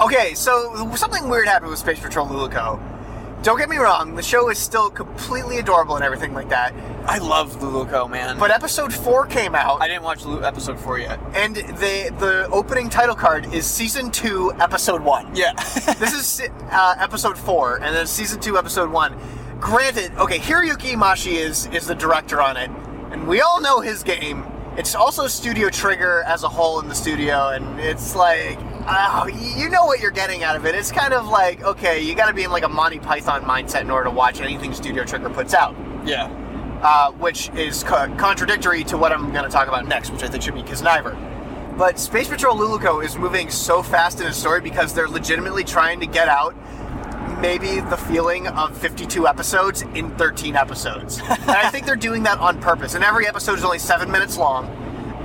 Okay, so something weird happened with Space Patrol Luluko. Don't get me wrong, the show is still completely adorable and everything like that.
I love Luluko, man.
But episode four came out,
I didn't watch Lu- episode four yet.
and the the opening title card is season two, episode one.
Yeah.
this is se- uh, episode four, and then season two, episode one. Granted, okay, Hiroyuki Imashi is is the director on it, and we all know his game. It's also Studio Trigger as a whole in the studio, and it's like, oh, you know what you're getting out of it. It's kind of like, okay, you got to be in like a Monty Python mindset in order to watch anything Studio Trigger puts out,
yeah.
uh, which is co- contradictory to what I'm going to talk about next, which I think should be Kisniver. But Space Patrol Luluko is moving so fast in its story because they're legitimately trying to get out maybe the feeling of 52 episodes in 13 episodes. and I think they're doing that on purpose. And every episode is only seven minutes long.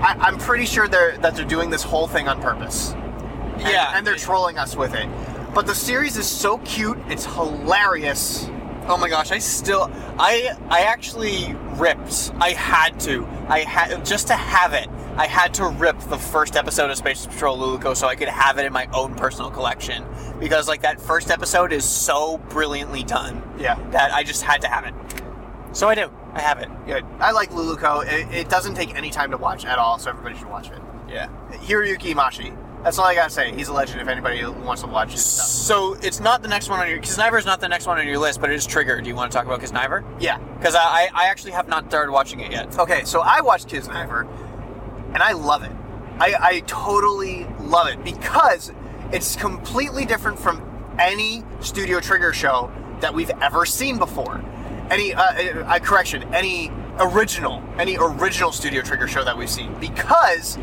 I, I'm pretty sure they're that they're doing this whole thing on purpose. And,
Yeah.
And they're trolling us with it. But the series is so cute, it's hilarious.
Oh my gosh, I still I I actually ripped. I had to. I had just to have it. I had to rip the first episode of Space Patrol Luluko so I could have it in my own personal collection because like that first episode is so brilliantly done.
Yeah.
That I just had to have it. So I do. I have it.
Good. I like Luluko. It, it doesn't take any time to watch at all, so everybody should watch it.
Yeah.
Hiroyuki Imashi. That's all I gotta say. He's a legend. If anybody wants to watch his stuff,
So it's not the next one on your. Kisniver is not the next one on your list, but it is Trigger. Do you want to talk about Kisniver?
yeah.
Because I, I I actually have not started watching it yet.
Okay, so I watched Kisniver, and I love it. I, I totally love it because it's completely different from any Studio Trigger show that we've ever seen before. Any uh, uh, uh, correction, any original, any original Studio Trigger show that we've seen because.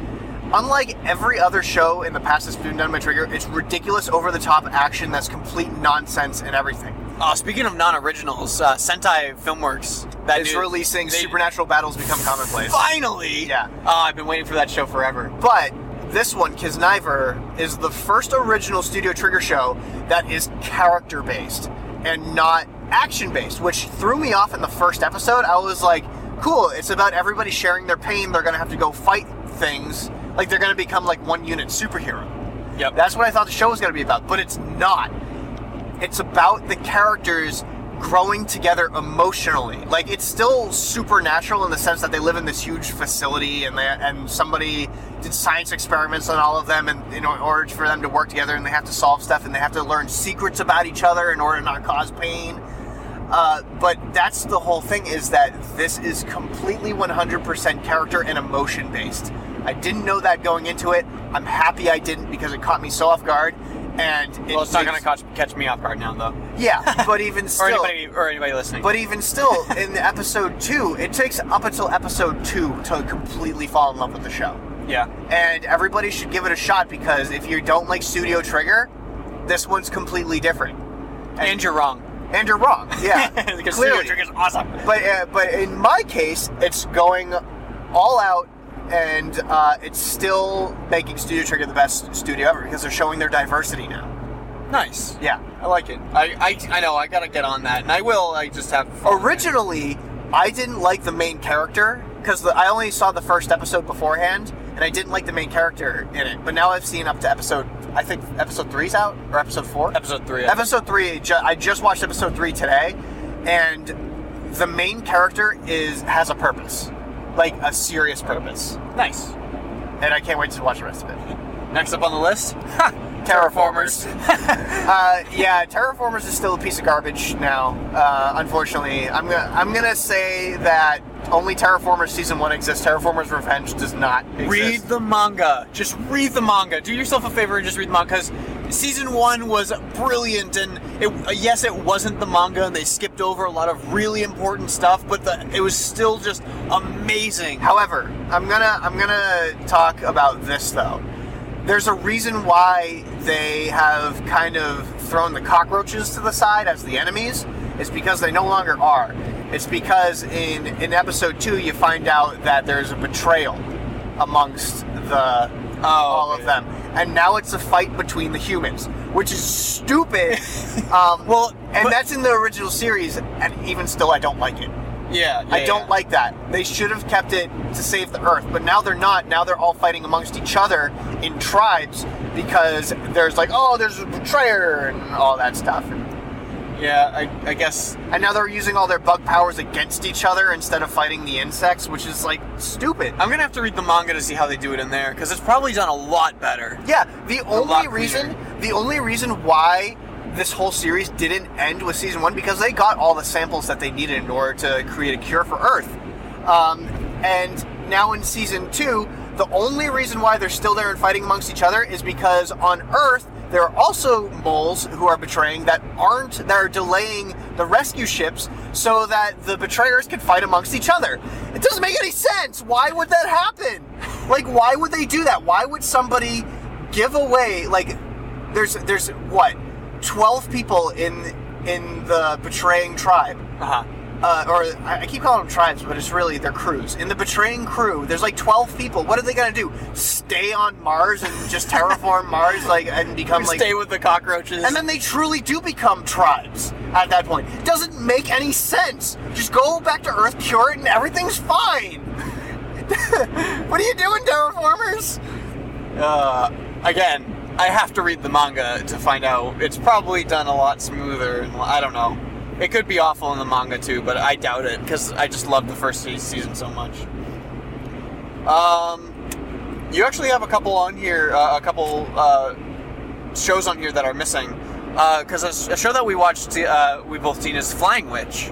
Unlike every other show in the past that's been done by Trigger, it's ridiculous, over-the-top action that's complete nonsense and everything.
Uh, speaking of non-originals, uh, Sentai Filmworks that
It's
new-
releasing
they-
supernatural battles become commonplace.
Finally.
Yeah.
Uh, I've been waiting for that show forever.
But this one, Kisniver, is the first original Studio Trigger show that is character based and not action based, which threw me off in the first episode. I was like, cool, it's about everybody sharing their pain. They're going to have to go fight things. Like, they're going to become like one unit superhero.
Yep.
That's what I thought the show was going to be about, but it's not. It's about the characters growing together emotionally. Like it's still supernatural in the sense that they live in this huge facility, and they, and somebody did science experiments on all of them, and in order for them to work together, and they have to solve stuff, and they have to learn secrets about each other in order to not cause pain. Uh, but that's the whole thing is that this is completely 100% character and emotion based. I didn't know that going into it. I'm happy I didn't because it caught me so off guard. And it
well, it's not going
makes-
to catch, catch me off guard now though,
Yeah, but even
or
still,
anybody or anybody listening.
but even still, in the episode two, it takes up until episode two to completely fall in love with the show.
yeah.
And everybody should give it a shot because if you don't like Studio Trigger, this one's completely different.
And you're wrong.
And you're wrong. Yeah,
because
clearly.
Studio Trigger's awesome.
But uh, but in my case, it's going all out, and uh, it's still making Studio Trigger the best studio ever because they're showing their diversity now.
nice.
Yeah,
I like it. I, I, I know. I gotta get on that, and I will. I just have fun.
originally I didn't like the main character because I only saw the first episode beforehand, and I didn't like the main character in it. But now I've seen up to episode I think episode three's out or episode four.
episode three. I
Episode three. ju- I just watched episode three today, and the main character is has a purpose, like a serious purpose.
think. nice.
and I can't wait to watch the rest of it.
Next up on the list,
Terraformers. uh, yeah, Terraformers is still a piece of garbage now. Uh, unfortunately, I'm gonna I'm gonna say that Only Terraformers Season 1 exists. Terraformers Revenge does not exist.
Read the manga. Just read the manga. Do yourself a favor and just read the manga because season one was brilliant. And it, uh, yes, it wasn't the manga, and they skipped over a lot of really important stuff, but the, it was still just amazing.
However, I'm gonna I'm gonna talk about this though. There's a reason why they have kind of thrown the cockroaches to the side as the enemies. It's because they no longer are. It's because in in episode two you find out that there's a betrayal amongst the all of them, and now it's a fight between the humans, which is stupid. um, well, and that's in the original series, and even still, I don't like it.
Yeah,
I don't like that. They should have kept it to save the Earth, but now they're not. Now they're all fighting amongst each other in tribes because there's like, oh, there's a betrayer and all that stuff.
Yeah, I, I guess.
And now they're using all their bug powers against each other instead of fighting the insects, which is like stupid.
I'm gonna have to read the manga to see how they do it in there because it's probably done a lot better.
Yeah, the only
lot
reason the only reason why this whole series didn't end with season one because they got all the samples that they needed in order to create a cure for Earth. Um, and now in season two, the only reason why they're still there and fighting amongst each other is because on Earth there are also moles who are betraying that aren't that are delaying the rescue ships so that the betrayers can fight amongst each other. It doesn't make any sense. Why would that happen? Like, why would they do that? Why would somebody give away like there's there's what 12 people in in the betraying tribe
Uh-huh.
uh, or I I keep calling them tribes but it's really their crews in the betraying crew there's like 12 people what are they gonna do stay on mars and just terraform mars like and become like
Stay with the cockroaches.
and then they truly do become tribes at that point it doesn't make any sense just go back to earth cure it and everything's fine what are you doing terraformers
Uh, again, I have to read the manga to find out. It's probably done a lot smoother, and I don't know. It could be awful in the manga too, but I doubt it because I just love the first se- season so much. Um, you actually have a couple on here, uh, a couple uh, shows on here that are missing. Because a, show that we watched, uh, we both seen is Flying Witch.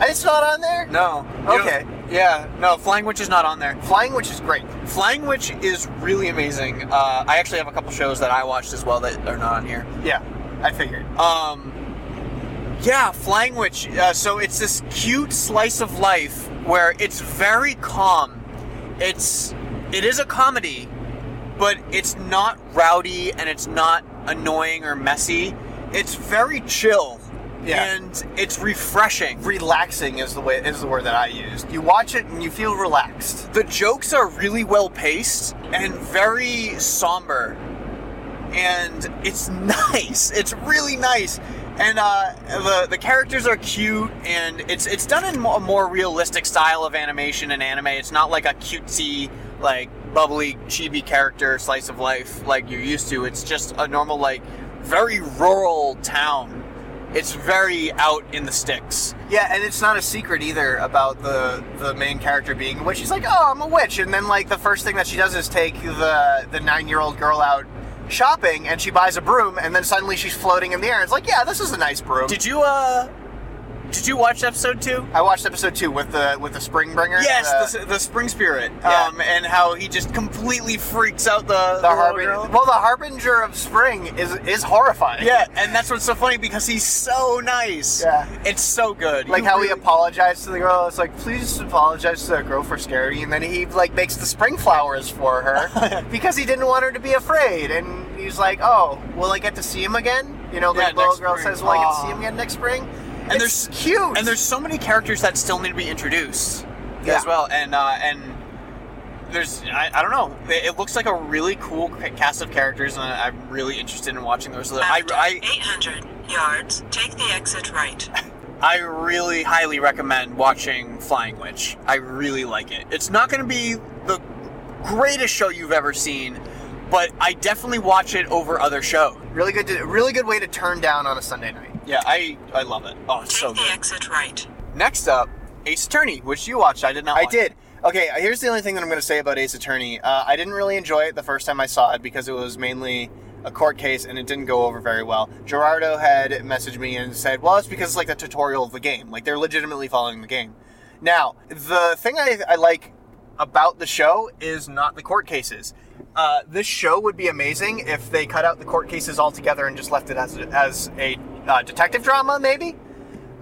it's not on there
No. You don't-
Okay.
Yeah. No, Flying Witch is not on there.
flying which is great
Flying Witch is really amazing. Uh, I actually have a couple shows that I watched as well that are not on here.
yeah i figured
Um, yeah, Flying Witch. Uh, so it's this cute slice of life where it's very calm. It's it is a comedy, but it's not rowdy and it's not annoying or messy. It's very chill.
Yeah.
And it's refreshing.
relaxing is the way is the word that I used. You watch it and you feel relaxed.
The jokes are really well paced and very somber. And it's nice. It's really nice. And uh, the the characters are cute, and it's it's done in mo- a more realistic style of animation and anime. It's not like a cutesy, like bubbly chibi character slice of life like you're used to. It's just a normal, like very rural town. It's very out in the sticks.
Yeah, and it's not a secret either about the the main character being a witch. She's like, "Oh, I'm a witch," and then like the first thing that she does is take the the nine year old girl out shopping, and she buys a broom, and then suddenly she's floating in the air. It's like, yeah, this is a nice broom.
Did you uh? Did you watch episode two?
I watched episode two with the with the Springbringer.
Yes,
the,
the, the spring spirit,
Uh, Yeah.
um, and how he just completely freaks out the the,
the
little
harbinger.
girl.
Well, the harbinger of spring is is horrifying.
Yeah, and that's what's so funny because he's so nice.
Yeah.
it's so good.
Like
You
how he
really-
apologized to the girl. It's like, please just apologize to that girl for scaring you. And then he like makes the spring flowers for her because he didn't want her to be afraid. And he's like, oh, will I get to see him again? You know, the
Yeah,
little
next
girl
spring.
says, will I get to
Aw.
see him again next spring? And
And
it's
there's-
cute.
and there's so many characters that still need to be introduced
Yeah.
as well, and uh, and there's I, I don't know. It, it looks like a really cool ca- cast of characters, and I, I'm really interested in watching the rest of the. I,
After
I
800 yards, take the exit right.
I really highly recommend watching Flying Witch. I really like it. It's not going to be the greatest show you've ever seen, but I definitely watch it over other show.
really good, to, really good way to turn down on a Sunday night.
Yeah, I I love it. Oh, it's
Take
so
the
good.
exit right.
Next up, Ace Attorney, which you watched. I did not.
I
watch.
did. Okay, here's the only thing that I'm going to say about Ace Attorney. Uh, I didn't really enjoy it the first time I saw it because it was mainly a court case and it didn't go over very well. Gerardo had messaged me and said, well, it's because it's like the tutorial of the game. Like, they're legitimately following the game. Now, the thing I, I like about the show is not the court cases. Uh, this show would be amazing if they cut out the court cases altogether and just left it as a, as a uh, detective drama, maybe.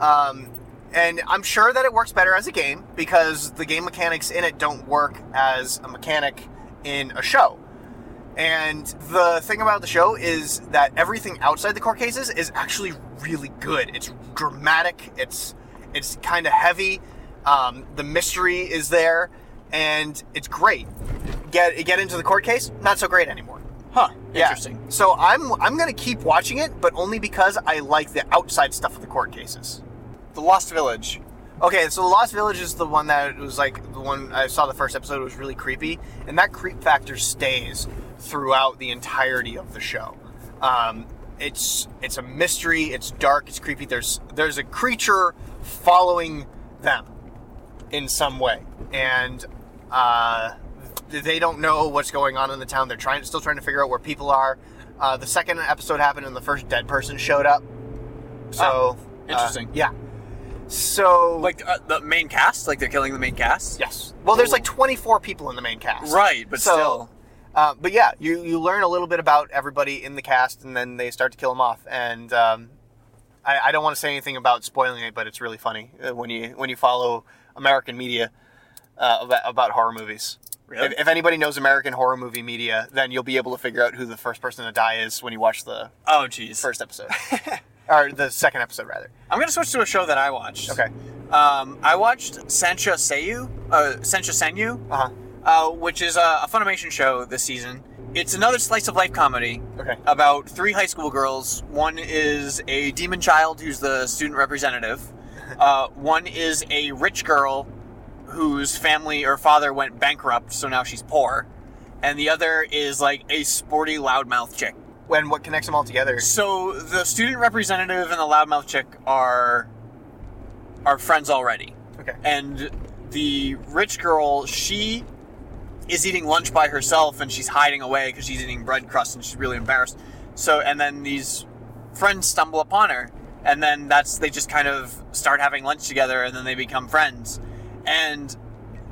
Um, and I'm sure that it works better as a game because the game mechanics in it don't work as a mechanic in a show. And the thing about the show is that everything outside the court cases is actually really good. It's dramatic. It's it's kind of heavy. Um, the mystery is there, and it's great. Get get into the court case, not so great anymore.
Huh.
Yeah.
Interesting.
So I'm I'm gonna keep watching it, but only because I like the outside stuff of the court cases.
The Lost Village.
Okay, so the Lost Village is the one that was like the one I saw the first episode it was really creepy, and that creep factor stays throughout the entirety of the show. Um, it's it's a mystery, it's dark, it's creepy. There's there's a creature following them in some way, and uh, th- they don't know what's going on in the town. They're trying still trying to figure out where people are. Uh, the second episode happened, and the first dead person showed up. So uh,
interesting.
yeah. So
Like uh, the main cast. Like they're killing the main cast.
Yes. Well, there's like 24 people in the main cast.
Right, but
So,
still.
Uh, but yeah, you, you learn a little bit about everybody in the cast, and then they start to kill them off. And um, I, I don't want to say anything about spoiling it, but it's really funny uh, when you when you follow American media uh, about, about horror movies.
Really?
If, if anybody knows American horror movie media, then you'll be able to figure out who the first person to die is when you watch the
Oh, jeez.
first episode, or the second episode rather.
I'm gonna switch to a show that I watched.
Okay.
Um, I watched Sancha Seiyu, uh, Sancha Senyu,
Uh huh.
uh, which is a, a Funimation show this season. It's another slice of life comedy
Okay.
about three high school girls. One is a demon child who's the student representative. Uh, one is a rich girl whose family or father went bankrupt, so now she's poor. And the other is like a sporty loudmouth chick.
When what connects them all together?
So the student representative and the loudmouth chick are are friends already.
Okay.
And the rich girl, she is eating lunch by herself and she's hiding away because she's eating bread crust and she's really embarrassed. So and then these friends stumble upon her and then that's they just kind of start having lunch together and then they become friends. And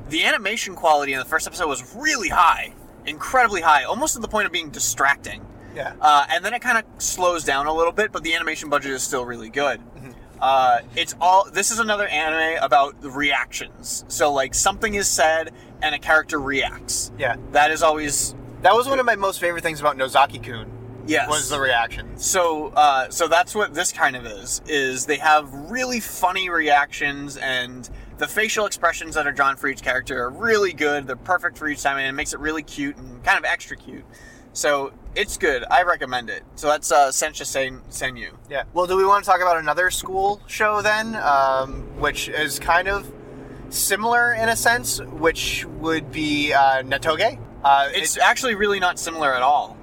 the animation quality in the first episode was really high, incredibly high, almost to the point of being distracting.
Yeah.
Uh, and then it kind of slows down a little bit, but the animation budget is still really good.
Mm-hmm.
Uh, it's all. This is another anime about the reactions. So like something is said and a character reacts.
Yeah.
That is always
That was one of my most favorite things about Nozaki Kun.
yes.
was the reactions.
So, uh, so that's what this kind of is. Is they have really funny reactions, and the facial expressions that are drawn for each character are really good. They're perfect for each time, and it makes it really cute and kind of extra cute. So it's good. I recommend it. So that's uh, Sencha Sen- Senyu.
Yeah. Well, do we want to talk about another school show then, um, which is kind of similar in a sense, which would be uh, Netoge? Uh,
It's
it-
actually really not similar at all.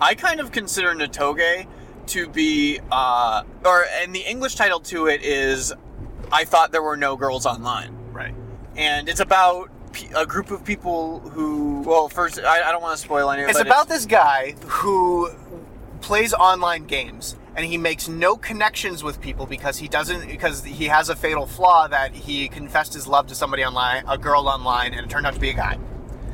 I kind of consider Natoge to be, uh, or and the English title to it is, I thought there were no girls online.
right.
and it's about p- a group of people who. Well, first, I, I don't want to spoil anything.
It's about this guy who plays online games and he makes no connections with people because he doesn't because he has a fatal flaw that he confessed his love to somebody online, a girl online, and it turned out to be a guy.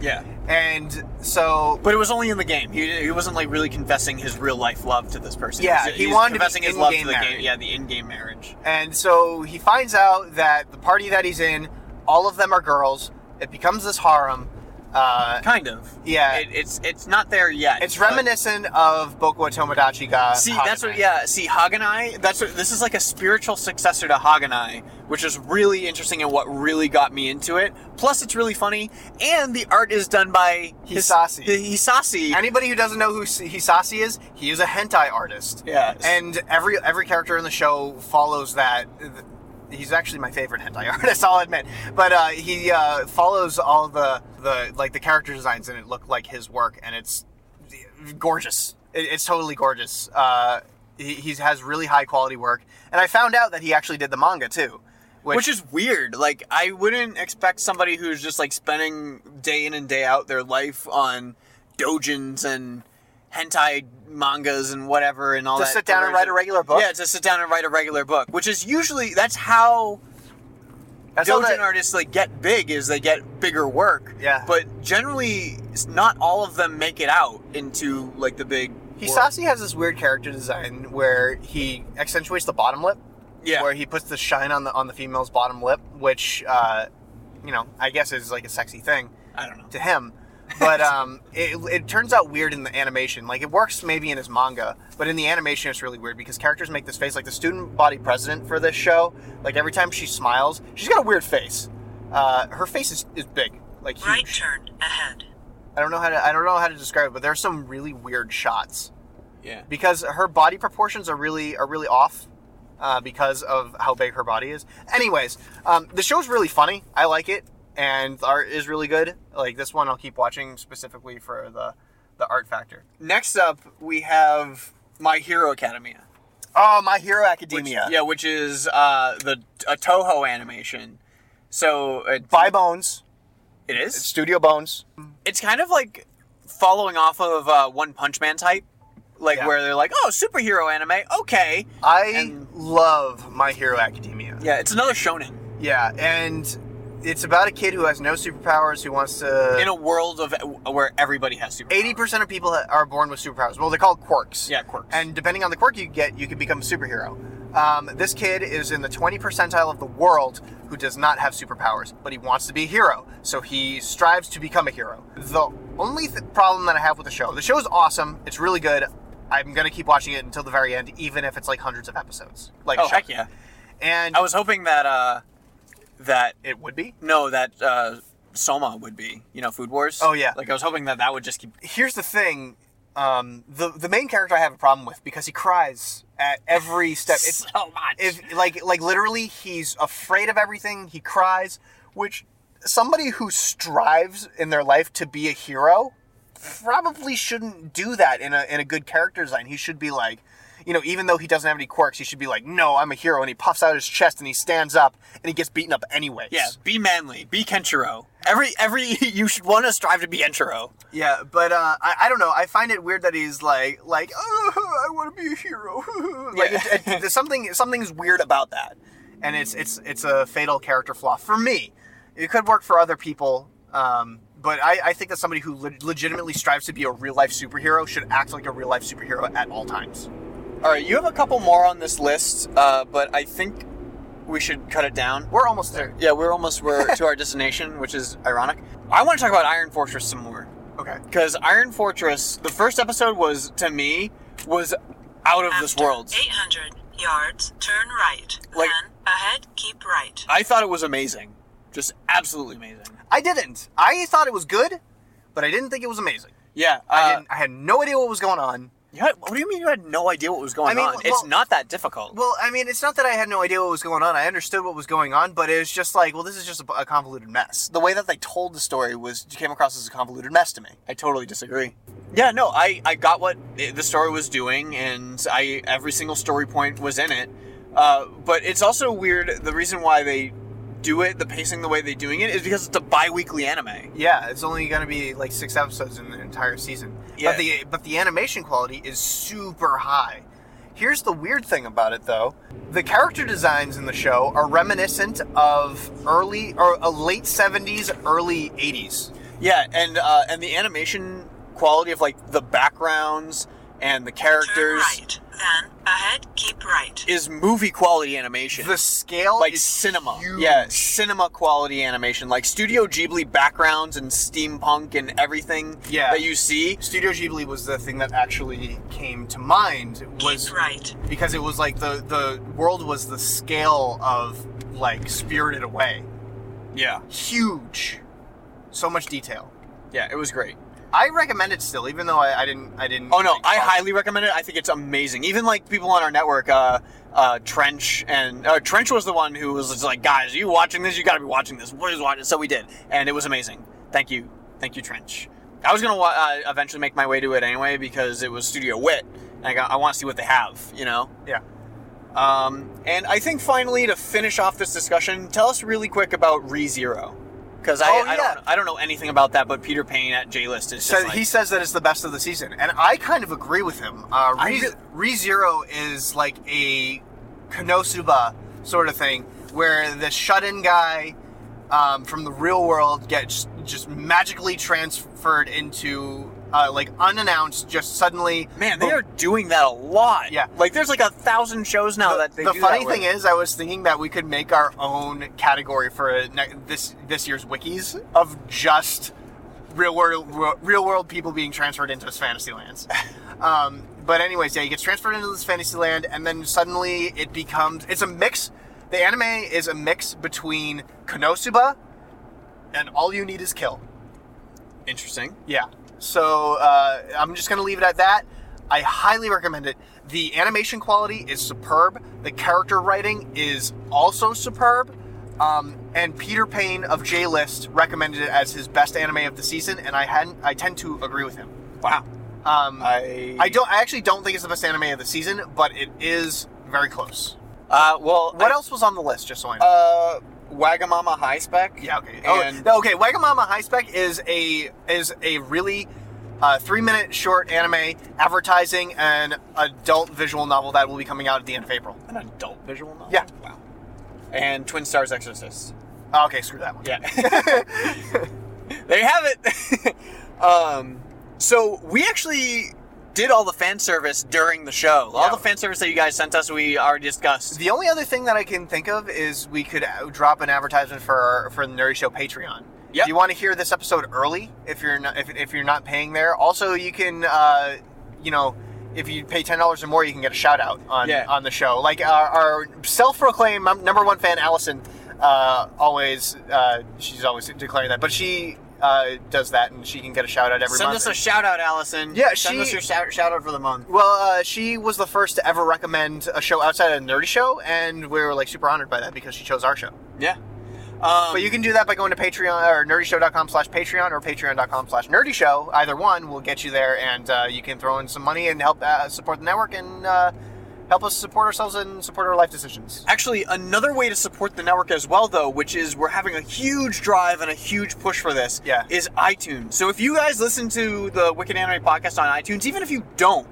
yeah,
And so
but it was only in the game. He, he wasn't like really confessing his real life love to this person.
Yeah,
He was-
he
he was
wanted to be
confessing his love to
in-game
the
married.
game. Yeah, the in-game marriage.
And so he finds out that the party that he's in, all of them are girls. It becomes this harem. Uh,
Kind of.
Yeah.
it, it's it's not there yet.
it's
but-
reminiscent of Boku wa Tomodachi ga.
See, that's
Hagenai.
what. Yeah, see, Haganai. That's what. This is like a spiritual successor to Haganai, which is really interesting and what really got me into it. Plus, it's really funny, and the art is done by his-
Hisashi.
Hisashi.
Anybody who doesn't know who S- Hisashi is, he is a hentai artist.
Yes.
And every every character in the show follows that. He's actually my favorite hentai artist, I'll admit. But uh, he uh, follows all the the like the character designs, and it look like his work, and it's gorgeous. It, it's totally gorgeous. Uh, he, he has really high quality work, and I found out that he actually did the manga too, which,
which is weird. Like I wouldn't expect somebody who's just like spending day in and day out their life on dojins and hentai mangas and whatever and all
To
that.
sit down and write a regular book?
Yeah, to sit down and write a regular book, which is usually that's how
That's how
Dojin
that-
artists like get big is they get bigger work.
Yeah.
But generally, s- not all of them make it out into like the big. world.
Hisashi has this weird character design where he accentuates the bottom lip.
Yeah.
Where he puts the shine on the on the female's bottom lip, which uh, you know, I guess is like a sexy thing
I don't know.
to him. But um, it, it turns out weird in the animation. Like it works maybe in his manga, but in the animation it's really weird because characters make this face. Like the student body president for this show, like every time she smiles, she's got a weird face. Uh, her face is, is big, like huge.
Right turn ahead.
I don't know how to I don't know how to describe it, but there are some really weird shots
Yeah.
because her body proportions are really are really off uh, because of how big her body is. Anyways, um, the show's really funny. I like it, and the art is really good. Like this one, I'll keep watching specifically for the the art factor.
Next up, we have My Hero Academia.
Oh, My Hero
Which,
Academia.
yeah, which is uh, the a Toho animation. So it,
By Bones,
it is.
Studio Bones.
It's kind of like following off of uh, One Punch Man type, like
Yeah.
where they're like, "Oh, superhero anime, okay."
I
And-
love My Hero Academia.
Yeah, it's another shonen
Yeah, and it's about a kid who has no superpowers who wants to.
in a world of where everybody has superpowers.
Eighty percent of people ha- are born with superpowers. Well, they're called quirks.
Yeah, quirks.
And depending on the quirk you get, you can become a superhero. Um, this kid is in the twenty percentile of the world who does not have superpowers, but he wants to be a hero, so he strives to become a hero. The only th- problem that I have with the show, the show is awesome. It's really good. I'm gonna keep watching it until the very end, even if it's like hundreds of episodes. Like,
Oh
show.
heck yeah!
And
I was hoping that uh, that
it would be.
no, that uh, Soma would be you know Food Wars.
Oh, yeah.
Like I was hoping that that would just keep.
here's the thing. Um, the the main character I have a problem with because he cries at every step. It's
So much.
If, like like literally, he's afraid of everything. He cries, which somebody who strives in their life to be a hero probably shouldn't do that in a in a good character design. He should be like, you know, even though he doesn't have any quirks, he should be like, no, I'm a hero, and he puffs out his chest and he stands up and he gets beaten up anyways.
Yeah, be manly, be Kenshiro. Every every you should want to strive to be Kenshiro.
Yeah, but uh, I, I don't know. I find it weird that he's like like oh, I want to be a hero. like
Yeah.
it, it, there's something something's weird about that, and it's it's it's a fatal character flaw for me. It could work for other people, um, but I, I think that somebody who le- legitimately strives to be a real life superhero should act like a real life superhero at all times.
All right, you have a couple more on this list, uh, but I think we should cut it down.
We're almost there.
Yeah, we're almost we're to our destination, which is ironic. I want to talk about Iron Fortress some more
Okay.
because Iron Fortress, the first episode was to me was out of this
After
world.
800 yards, turn right.
Like-
then ahead, keep right.
I thought it was amazing, just absolutely amazing.
I didn't. I thought it was good, but I didn't think it was amazing.
Yeah,
I
uh,
didn't. I had no idea what was going on.
you had- what do you mean you had no idea what was going
I mean,
on?
well-
it's not that difficult.
Well, I mean, it's not that I had no idea what was going on. I understood what was going on, but it was just like, well, this is just a, a convoluted mess. The way that they told the story was came across as a convoluted mess to me.
I totally disagree. Yeah, no, I, I got what i- the story was doing, and I every single story point was in it. Uh, but it's also weird. The reason why they do it, the pacing, the way they're doing it, is because it's a bi-weekly anime.
Yeah, it's only going to be like six episodes in the entire season.
Yeah.
But the but the animation quality is super high. Here's the weird thing about it though. The character designs in the show are reminiscent of early or uh, late 70s, early 80s.
Yeah, and uh, and the animation quality of like the backgrounds and the
turn
characters
right. Then ahead, keep right.
is movie quality animation.
The scale
like
is
cinema,
huge.
yeah, cinema quality animation, like Studio Ghibli backgrounds and steampunk and everything
Yeah.
that you see.
Studio Ghibli was the thing that actually came to mind was
keep right.
because it was like the the world was the scale of like Spirited Away,
Yeah,
huge, so much detail.
yeah, it was great.
I recommend it still, even though I, I didn't I didn't.
Oh no,
like,
I
follow-
highly recommend it. I think it's amazing. Even like people on our network, uh, uh, Trench and uh, Trench was the one who was just like, "Guys, are you watching this? You got to be watching this. What is watching?" So we did, and it was amazing. Thank you, thank you, Trench. I was gonna wa- uh, eventually make my way to it anyway because it was Studio Wit, and I got I want to see what they have, you know.
Yeah.
Um, and I think finally to finish off this discussion, tell us really quick about ReZero. Because I,
Oh,
I,
yeah.
don't, I don't know anything about that, but Peter Payne at J List is just
So
like,
he says that it's the best of the season, and I kind of agree with him. Uh,
I
Re-
re-
ReZero is like a Konosuba sort of thing, where the shut-in guy um, from the real world gets just magically transferred into uh, like unannounced, just suddenly.
Man, they are doing that a lot.
Yeah.
Like there's like a thousand shows now that they
the
do that
funny
with.
thing is, I was thinking that we could make our own category for ne- this this year's wikis of just real world real world people being transferred into this fantasy lands. Um, but anyways, yeah, he gets transferred into this fantasy land, and then suddenly it becomes it's a mix. The anime is a mix between Konosuba and All You Need Is Kill.
interesting.
Yeah. So uh, I'm just going to leave it at that. I highly recommend it. The animation quality is superb. The character writing is also superb. Um, and Peter Payne of J List recommended it as his best anime of the season, and I hadn't. I tend to agree with him.
Wow.
Um,
I
I don't. I actually don't think it's the best anime of the season, but it is very close.
Uh, well,
What
I-
else was on the list? Just so I know.
Uh, Wagamama High Spec.
Yeah. Okay.
And
oh, no, okay. Wagamama High Spec is a is a really uh, three minute short anime advertising an adult visual novel that will be coming out at the end of April.
an adult visual novel.
Yeah.
Wow. And Twin Stars Exorcist.
Oh, okay, screw that one.
Yeah. there you have it. um, so we actually did all the fan service during the show. All
Yeah.
the fan service that you guys sent us, we already discussed.
The only other thing that I can think of is we could uh, drop an advertisement for for the Nerdy Show Patreon.
Yep.
If you want to hear this episode early, if you're not if, if you're not paying there, also you can uh, you know if you pay ten dollars or more, you can get a shout out on
Yeah.
on the show. Like our, our self proclaimed number one fan, Allison, uh, always uh, she's always declaring that, but she uh, does that and she can get a shout out every
Send
month.
us a shout out, Allison.
Yeah,
Send
she-
us your shout, shout out for the month.
well, uh, she was the first to ever recommend a show outside of Nerdy Show, and we were like super honored by that because she chose our show.
Yeah. Um,
But you can do that by going to Patreon or nerdyshow.com slash Patreon or patreon.com slash nerdyshow. Either one will get you there, and uh, you can throw in some money and help uh, support the network and uh, help us support ourselves and support our life decisions.
Actually, another way to support the network as well, though, which is we're having a huge drive and a huge push for this,
Yeah.
is iTunes. So if you guys listen to the Wicked Anime podcast on iTunes, even if you don't,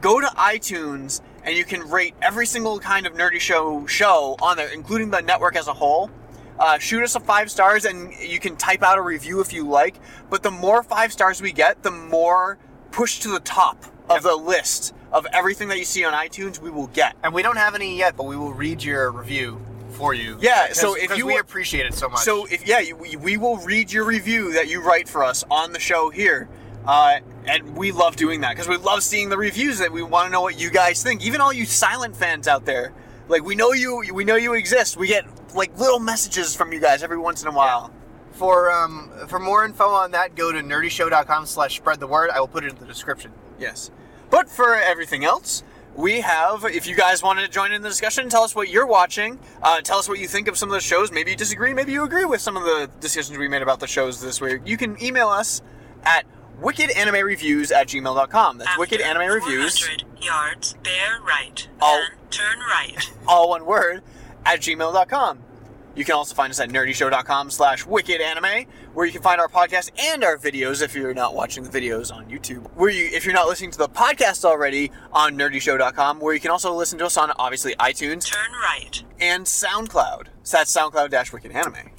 go to iTunes and you can rate every single kind of nerdy show show on there, including the network as a whole. Uh, shoot us a five stars, and you can type out a review if you like. But the more five stars we get, the more push to the top of the list of everything that you see on iTunes we will get.
And we don't have any yet, but we will read your review for you.
Yeah,
'Cause-
so if
'cause
you
we
were-
appreciate it so much.
So if yeah, you, we, we will read your review that you write for us on the show here, uh, and we love doing that because we love seeing the reviews. That we want to know what you guys think. Even all you silent fans out there, like we know you, we know you exist. We get like little messages from you guys every once in a while.
for um, for more info on that, go to nerdyshow.com slash spread the word. I will put it in the description.
Yes, but for everything else. We have, if you guys wanted to join in the discussion, tell us what you're watching. Uh, tell us what you think of some of the shows. Maybe you disagree. Maybe you agree with some of the decisions we made about the shows this week. You can email us at wickedanimereviews at gmail.com. That's
After
wicked anime reviews,
400 yards, bear right.
Oh.
Then turn right.
all one word, at gmail.com. You can also find us at nerdyshow.com slash wicked anime, where you can find our podcast and our videos if you're not watching the videos on YouTube. Where you, if you're not listening to the podcast already on nerdyshow.com, where you can also listen to us on obviously iTunes
turn right.
and SoundCloud. So that's SoundCloud dash Wicked Anime.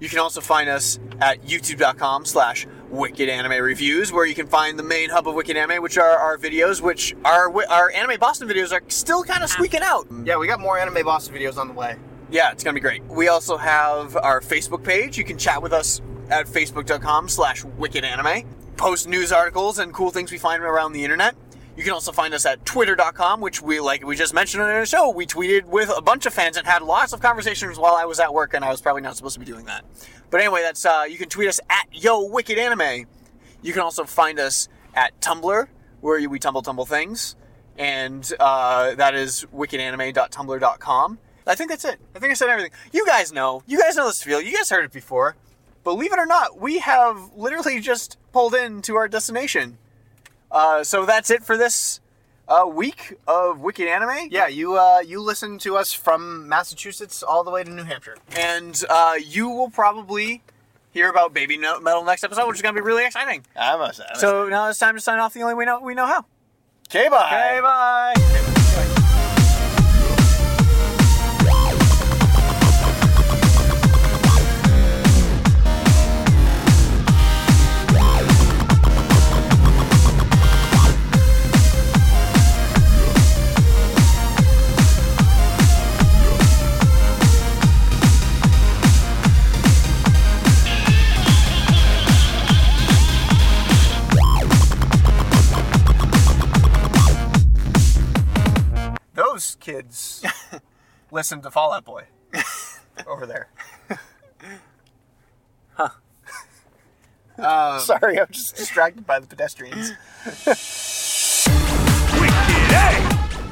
You can also find us at youtube.com slash Wicked Anime Reviews, where you can find the main hub of Wicked Anime, which are our videos, which our, wi- our Anime Boston videos are still kind of squeaking out.
Yeah, we got more anime Boston videos on the way.
Yeah, it's gonna be great. We also have our Facebook page. You can chat with us at facebook.com slash wicked anime. Post news articles and cool things we find around the internet. You can also find us at twitter.com, which we like we just mentioned in the show, we tweeted with a bunch of fans and had lots of conversations while I was at work and I was probably not supposed to be doing that. But anyway, that's uh, you can tweet us at yo wicked anime. You can also find us at Tumblr, where we tumble tumble things. And uh, that is wickedanime.tumblr.com. I think that's it. I think I said everything. You guys know. You guys know this feel. You guys heard it before. Believe it or not, we have literally just pulled in to our destination. Uh, so that's it for this uh, week of Wicked Anime.
Yeah, you uh, you listen to us from Massachusetts all the way to New Hampshire.
And uh, you will probably hear about Baby No- Metal next episode, which is going to be really exciting.
I must. I
So now it's time to sign off the only way know- we know how.
okay, bye.
Okay, bye.
those kids listen to Fallout Boy over there. huh. Sorry, I'm just distracted by the pedestrians.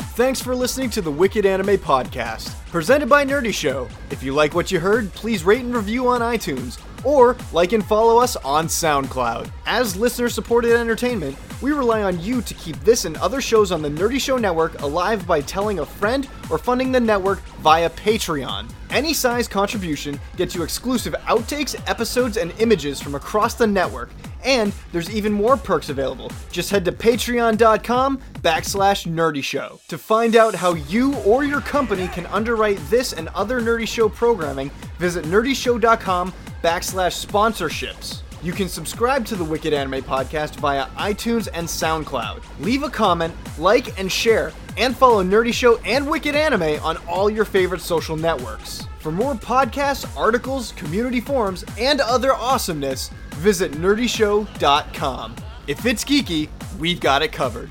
Thanks for listening to the Wicked Anime Podcast, presented by Nerdy Show. If you like what you heard, please rate and review on iTunes, or like and follow us on SoundCloud. As listener supported entertainment, we rely on you to keep this and other shows on the Nerdy Show Network alive by telling a friend or funding the network via Patreon. Any size contribution gets you exclusive outtakes, episodes, and images from across the network. And there's even more perks available. Just head to patreon.com backslash nerdy show to find out how you or your company can underwrite this and other nerdy show programming. Visit nerdyshow.com backslash sponsorships. You can subscribe to the Wicked Anime Podcast via iTunes and SoundCloud. Leave a comment, like, and share, and follow Nerdy Show and Wicked Anime on all your favorite social networks. For more podcasts, articles, community forums, and other awesomeness, visit nerdyshow.com. If it's geeky, we've got it covered.